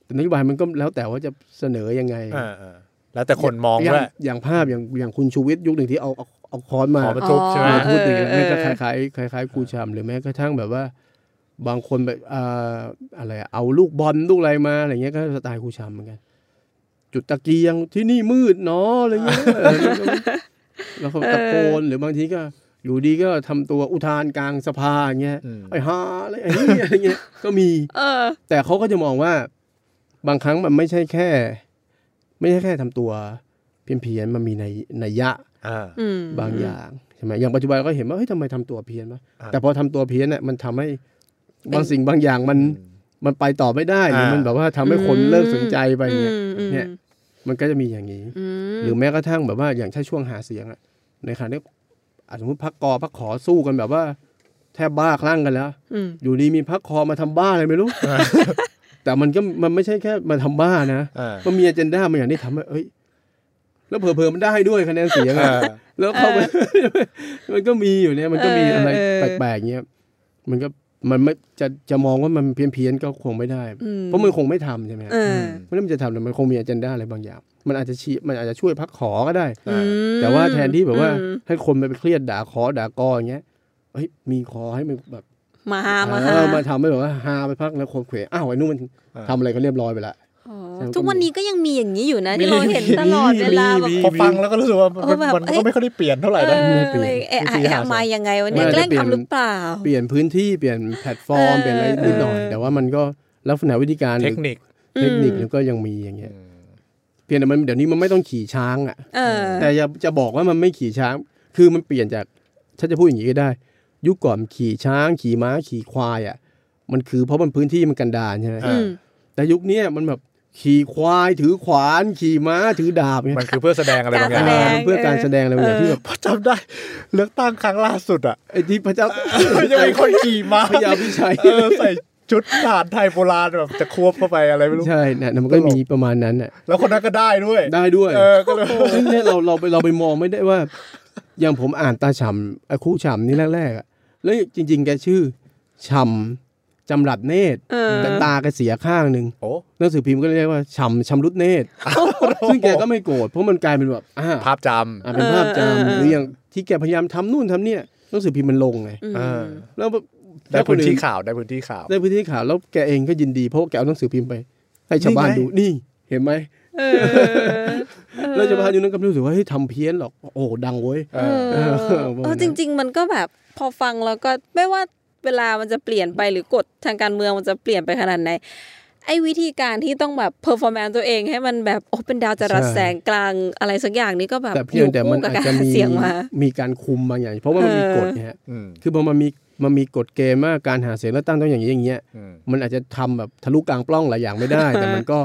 [SPEAKER 4] แต่นโยบายมันก็แล้วแต่ว่าจะเสนอยังไง
[SPEAKER 1] อ่าอ่าแล้วแต่คนมอง
[SPEAKER 4] ย่า
[SPEAKER 1] ว่า
[SPEAKER 4] อย่างภาพอย่างอย่างคุณชูวิทย์ยุคหนึ่งที่เอาเอาเอาค้อนมา
[SPEAKER 1] ขอมาทุบใช่ไหม
[SPEAKER 4] มา
[SPEAKER 3] เออ
[SPEAKER 4] พูดถึงอย่างนั้น
[SPEAKER 3] เออ
[SPEAKER 4] ก็คล้ายคล้ายคล้ายคล้ายๆครูชามหรือแม้กระทั่งแบบว่า บางคนแบบอ่าอะไรอะเอาลูกบอลลูกอะไรมาอะไรเงี้ยก็สไตล์ครูชามเหมือนกัน จุดตะเกียงที่นี่มืดเนาะอะไรเงี้ยเออแล้วก็ตะโกนหรือบางทีก็ อยู่ดีก็ทำตัวอุทานกลางสภาอย่างเงี้ย
[SPEAKER 1] อืม
[SPEAKER 4] ไอ้ฮาอะไรไอ้นี่อะไรเงี้ยก็มี
[SPEAKER 3] เออ
[SPEAKER 4] แต่เขาก็จะมองว่า บางครั้งมันไม่ใช่แค่ ไม่ใช่แค่ทำตัวเพี้ยนๆมันมีในนัยยะ
[SPEAKER 1] อ่า
[SPEAKER 3] อืม
[SPEAKER 4] บางอย่างใช่ไหมอย่างปัจจุบันเราก็เห็นว่าเฮ้ยทำไมทำตัวเพี้ยนวะ
[SPEAKER 1] อ่า
[SPEAKER 4] แต่พอทำตัวเพี้ยนเนี่ยมันทำให้บางสิ่งบางอย่างมันมันไปต่อไม่ได้หรืออา
[SPEAKER 1] มั
[SPEAKER 4] มันแบบว่าทำให้คนเลิกสนใจไปเนี่ย
[SPEAKER 3] อืม
[SPEAKER 4] เนี่ย มันก็จะมีอย่างนี้
[SPEAKER 3] อืม
[SPEAKER 4] หรือแม้กระทั่งแบบว่าอย่างถ้าช่วงหาเสียงอะในขณะที่อ่ะสมมติพักกอพักขอสู้กันแบบว่า แทบบ้าคลั่งกันแล้ว
[SPEAKER 3] อืม
[SPEAKER 4] อยู่ดีมีพักคอมาทำบ้าอะไรไม่รู้ แต่มันก็มันไม่ใช่แค่มาทำบ้านะ
[SPEAKER 1] อ่า
[SPEAKER 4] มันมีอเจนดามันอย่างที่ทำให้เอ้ย แล้วเผลอๆมันได้ด้วยคะแนนเสียงอะ
[SPEAKER 1] อ่า
[SPEAKER 4] แล้วเข้าไป มันก็มีอยู่เนี่ยมันก็มีอะไร
[SPEAKER 3] เ
[SPEAKER 4] แปลกๆเงี้ยมันก็มันไม่จะจะมองว่ามันเพี้ยนๆก็คงไม่ได้
[SPEAKER 3] อืม
[SPEAKER 4] เพราะมันคงไม่ทำใช่ไหมฮะ
[SPEAKER 3] เออ
[SPEAKER 4] ไม่ได้มันจะทำแต่มันคงมีอเจนดาอะไรบางอย่าง มันอาจจะชี้มันอาจจะช่วยพักขอก็ได้
[SPEAKER 1] อื
[SPEAKER 3] อืม
[SPEAKER 4] แต่ว่าแทนที่แบบว่า
[SPEAKER 3] อืม
[SPEAKER 4] ให้คนไปเครียดด่าขอด่ากออย่างเงี้ยเฮ้ยมีขอให้มันแบบ
[SPEAKER 3] มาหามา
[SPEAKER 4] เอ
[SPEAKER 3] หา
[SPEAKER 4] อมาทำให้แบบว่าฮาไปพักแล้วคนเขวอ้าวไอ้นู่นมัน
[SPEAKER 1] อ่า
[SPEAKER 4] ทำอะไรก็เรียบร้อยไปละ
[SPEAKER 3] อ๋อ
[SPEAKER 4] ใช่มันก็
[SPEAKER 3] ทุกวันนี้ก็ยังมีอย่างนี้อยู่นะ
[SPEAKER 4] มี
[SPEAKER 3] ที่เราเห็น
[SPEAKER 4] มี
[SPEAKER 3] ตลอดเวลาแบบ
[SPEAKER 4] มี
[SPEAKER 1] พอฟังแล้วก็รู้สึกว่ามัน
[SPEAKER 3] เออแบบ
[SPEAKER 1] มัน
[SPEAKER 3] เอ้ย
[SPEAKER 1] ก็ไม่ค่อยได้เปลี่ยนเท่าไหร่
[SPEAKER 3] เอ
[SPEAKER 1] นะ
[SPEAKER 3] อ
[SPEAKER 4] ไม่เปลี่ยน
[SPEAKER 3] เอะอะ
[SPEAKER 1] ไม่เปลี่ยน
[SPEAKER 3] อยากมายังไงวันนี้
[SPEAKER 4] ไม่
[SPEAKER 3] แกล้ง
[SPEAKER 4] เปลี่ยน
[SPEAKER 3] ทำหรือเปล่า
[SPEAKER 4] เปลี่ยนพื้นที่เปลี่ยนแพลตฟอร์ม
[SPEAKER 3] เออ
[SPEAKER 4] เปลี่ยนอะไรนิดหน่อย
[SPEAKER 3] เออ
[SPEAKER 4] แต่ว่ามันก็ลักษณะวิธีการ
[SPEAKER 1] เทคนิค
[SPEAKER 4] เทคนิคแล้วก็ยังมีอย่างเงี้ยเพียงแต่มันเดี๋ยวนี้มันไม่ต้องขี่ช้างอ่ะ
[SPEAKER 3] เออ
[SPEAKER 4] แต่จะจะบอกว่ามันไม่ขี่ช้าง คือมันเปลี่ยนจากถ้าจะพูดอย่างนี้ก็ได้ ยุคก่อนขี่ช้างขี่ม้าขี่ควายอ่ะมันคือเพราะมันพื้นที่มันกันดารใช่ไหม
[SPEAKER 1] อื
[SPEAKER 3] อืม
[SPEAKER 4] แต่ยุคเนี้ยมันแบบขี่ควายถือขวานขี่ม้าถือดาบเนี่ย
[SPEAKER 1] มันคือเพื่อแสดงอะไร
[SPEAKER 3] การ
[SPEAKER 1] บางอ
[SPEAKER 3] แส
[SPEAKER 1] ย่าง
[SPEAKER 4] มัน
[SPEAKER 3] ดง
[SPEAKER 4] เพื่อการแสดงอะไรบางอย่างที่แบบ
[SPEAKER 1] เพราะจำได้เลือกตั้งครั้งล่าสุดอ่ะ
[SPEAKER 4] ไอ้ที่พระเจ้า
[SPEAKER 1] ยังมีคนขี่ม้า
[SPEAKER 4] พยาพิชัย
[SPEAKER 1] เออใส่ชุดทหารไทยโบราณแบบจะควบเข้าไปอะไรไม่รู้
[SPEAKER 4] ใช่นะนะมันก็มีประมาณนั้นน่ะ
[SPEAKER 1] แล้วคนนั้นก็ได้ด้วย
[SPEAKER 4] ได้ด้วย
[SPEAKER 1] เออก็เลย
[SPEAKER 4] ซึ่งเนี่ยเราเราไปเราไปมองไม่ได้ว่า อย่างผมอ่านตาฉ่ำไอ้คู่ฉ่ำนี่แรกๆอ่ะแล้วจริง ๆ แกชื่อฉ่ำจำหลัดเนตร
[SPEAKER 3] เออ
[SPEAKER 4] แต่ตาแกเสียข้างหนึ่ง
[SPEAKER 1] โอ้
[SPEAKER 4] หนังสือพิมพ์ก็เรียกว่าฉ่ำชำรุดเนต รซึ่งแกก็ไม่โกรธเพราะมันกลายเป็นแบบอ่า
[SPEAKER 1] ภาพจ
[SPEAKER 4] อ่าเป็นภาพจำหรืออย่างที่แกพยายามทำนู่นทำเนี่ย หนังสือพิมพ์มันลงไง
[SPEAKER 3] อืม
[SPEAKER 1] เออ
[SPEAKER 4] แล้ว
[SPEAKER 1] ได้
[SPEAKER 4] ค
[SPEAKER 1] พื้นที่
[SPEAKER 4] อื่
[SPEAKER 1] ข่าวได้พื้นที่ข่าว
[SPEAKER 4] ได้พื้นที่ข่าวแล้วแกเองก็ยินดีเพราะว่าแกเอาหนังสือพิมพ์ไป ให้ชาวบ้าน
[SPEAKER 1] นี่ไง
[SPEAKER 4] ดูนี่เห็นไหม
[SPEAKER 3] เออ
[SPEAKER 4] แล้วชาวบ้านอยู่นั้นก็รู้สึกว่าเฮ้ยทำเพี้ยนหรอกโอ้โหดังเว้ย
[SPEAKER 3] เออ
[SPEAKER 4] เออประมาณนั้น
[SPEAKER 3] เออจริง ๆ มันก็แบบพอฟังแล้วก็ไม่ว่าเวลามันจะเปลี่ยนไปหรือกฎทางการเมืองมันจะเปลี่ยนไปขนาดไหนไอ้วิธีการที่ต้องแบบเพอร์ฟอร์แมนตัวเองให้มันแบบโอ้เป็นดาวจรัสแสงกลางอะไรสักอย่างนี้ก็แบบ
[SPEAKER 4] แต่เพียงแต่มัน
[SPEAKER 3] อยู่คู่กับ
[SPEAKER 4] อาจ
[SPEAKER 3] การ
[SPEAKER 4] จะมี
[SPEAKER 3] เสียงมา
[SPEAKER 4] มีการคุมบางอย่าง เพราะว่ามันมีกฎนะฮะ
[SPEAKER 1] อืม
[SPEAKER 4] คือพอมันมีมันมีกฎเกณฑ์ว่าการหาเสียงเลือกตั้งต้องอย่างนี้อย่างเงี้ย
[SPEAKER 1] อืม
[SPEAKER 4] มันอาจจะทำแบบทะลุกลางปล้องหลายอย่างไม่ได้ แต่มันก็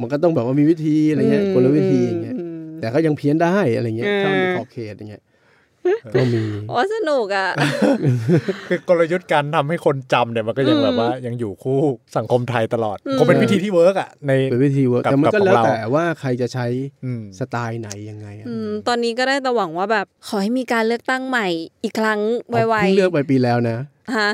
[SPEAKER 4] มันก็ต้องแบบว่ามีวิธีอะไรเงี้ยกลวิธีอย่างเงี้ยแต่ก็ยังเพี้ยนได้อะไรเงี้ย
[SPEAKER 3] เออ
[SPEAKER 4] ถ้ามันขอบเขตอย่างเงี้ยก็มี
[SPEAKER 3] โอ้สนุก อ่ะ
[SPEAKER 1] คือกลยุทธ์การทำให้คนจำเนี่ยมันก็ยัง
[SPEAKER 3] อืม
[SPEAKER 1] แบบว่ายังอยู่คู่สังคมไทยตลอด
[SPEAKER 3] อืม
[SPEAKER 1] คงเป็นวิธีที่เวิร์กอ่ะใน
[SPEAKER 4] เป็นวิธีเวิร์ก
[SPEAKER 1] กับ
[SPEAKER 4] แต่มันก็
[SPEAKER 1] กับของ
[SPEAKER 4] แล้ว
[SPEAKER 1] เรา
[SPEAKER 4] แต่ว่าใครจะใช้
[SPEAKER 1] อืม
[SPEAKER 4] สไตล์ไหนยังไงอะ
[SPEAKER 3] อืมตอนนี้ก็ได้แต่หวังว่าแบบขอให้มีการเลือกตั้งใหม่อีกครั้งไว
[SPEAKER 4] เพิ่งเลือก
[SPEAKER 3] ๆ
[SPEAKER 4] ไปปีแล้วนะ
[SPEAKER 3] ฮะ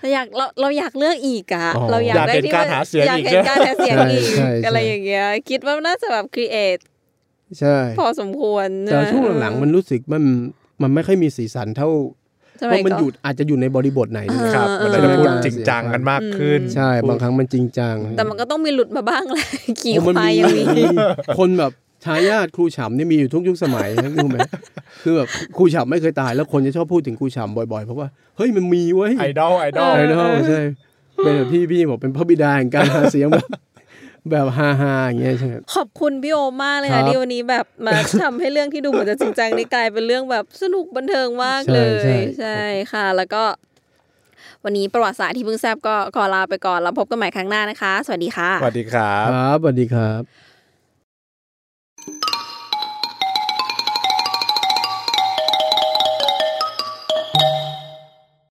[SPEAKER 3] เรา อยากเราเราอยากเลือกอีกอะ
[SPEAKER 4] อ๋อ
[SPEAKER 3] เราอยากได้
[SPEAKER 1] อยากเห็
[SPEAKER 3] ที่
[SPEAKER 1] นการ
[SPEAKER 3] มัน
[SPEAKER 1] หาเสียง
[SPEAKER 3] อยาก
[SPEAKER 1] อีก
[SPEAKER 3] เห็นการหาเสียงอีก
[SPEAKER 4] ใช่ใช่ใช่
[SPEAKER 3] อะไรอย่างเงี้ยคิดว่าน่าจะแบบครีเอท
[SPEAKER 4] ใช่
[SPEAKER 3] พอสมควร
[SPEAKER 4] แต่ช่วงหลังๆมันรู้สึกมันมันไม่ค่อยมีสีสันเท่า
[SPEAKER 3] สย
[SPEAKER 4] ว่ามัน
[SPEAKER 3] ก่
[SPEAKER 4] อยู่อาจจะอยู่ในบริบทไหนด้วย
[SPEAKER 1] ครับ
[SPEAKER 3] เออ
[SPEAKER 1] มันจะพูด
[SPEAKER 4] เออ
[SPEAKER 1] จริงจังกันมากขึ้น
[SPEAKER 4] ใช่บางครั้งมันจริงจัง
[SPEAKER 3] แต่มันก็ต้องมีหลุดมาบ้าง แหละ ขี่
[SPEAKER 4] โอ้มัน
[SPEAKER 3] ควาย
[SPEAKER 4] มี
[SPEAKER 3] อย่าง
[SPEAKER 4] มี
[SPEAKER 3] นี้
[SPEAKER 4] คนแบบทายาทครูฉ่ำเนี่ยมีอยู่ทุกยุคสมัยนะ รู้ไหมคือแบบครูฉ่ำไม่เคยตายแล้วคนจะชอบพูดถึงครูฉ่ำบ่อยๆเพราะว่าเฮ้ยมันมีเว้ย
[SPEAKER 1] ไอดอลไอดอล
[SPEAKER 4] ไอดอลใช่ เป็นแบบพี่พี่บอกเป็นพระบิดาแห่งการหาเสียงแบบ แบบฮาฮาๆอย่างเงี้ยใช่ไหม
[SPEAKER 3] ขอบคุณพี่โอมากเลย
[SPEAKER 4] ครั
[SPEAKER 3] ค่ะ
[SPEAKER 4] บ
[SPEAKER 3] ที่วันนี้แบบมาทำให้เรื่องที่ดูเหมือนจะจริงจังนี่กลายเป็นเรื่องแบบสนุกบันเทิงมากเลย ใช่ค่ะ แล้วก็ วันนี้ประวัติศาสตร์ที่เพิ่งแซบก็ขอลาไปก่อนแล้วพบกันใหม่ครั้งหน้านะคะ สวัสดีค่ะ
[SPEAKER 1] สวัสดีครั
[SPEAKER 4] ค
[SPEAKER 1] บ
[SPEAKER 4] รับสวัสดีครับ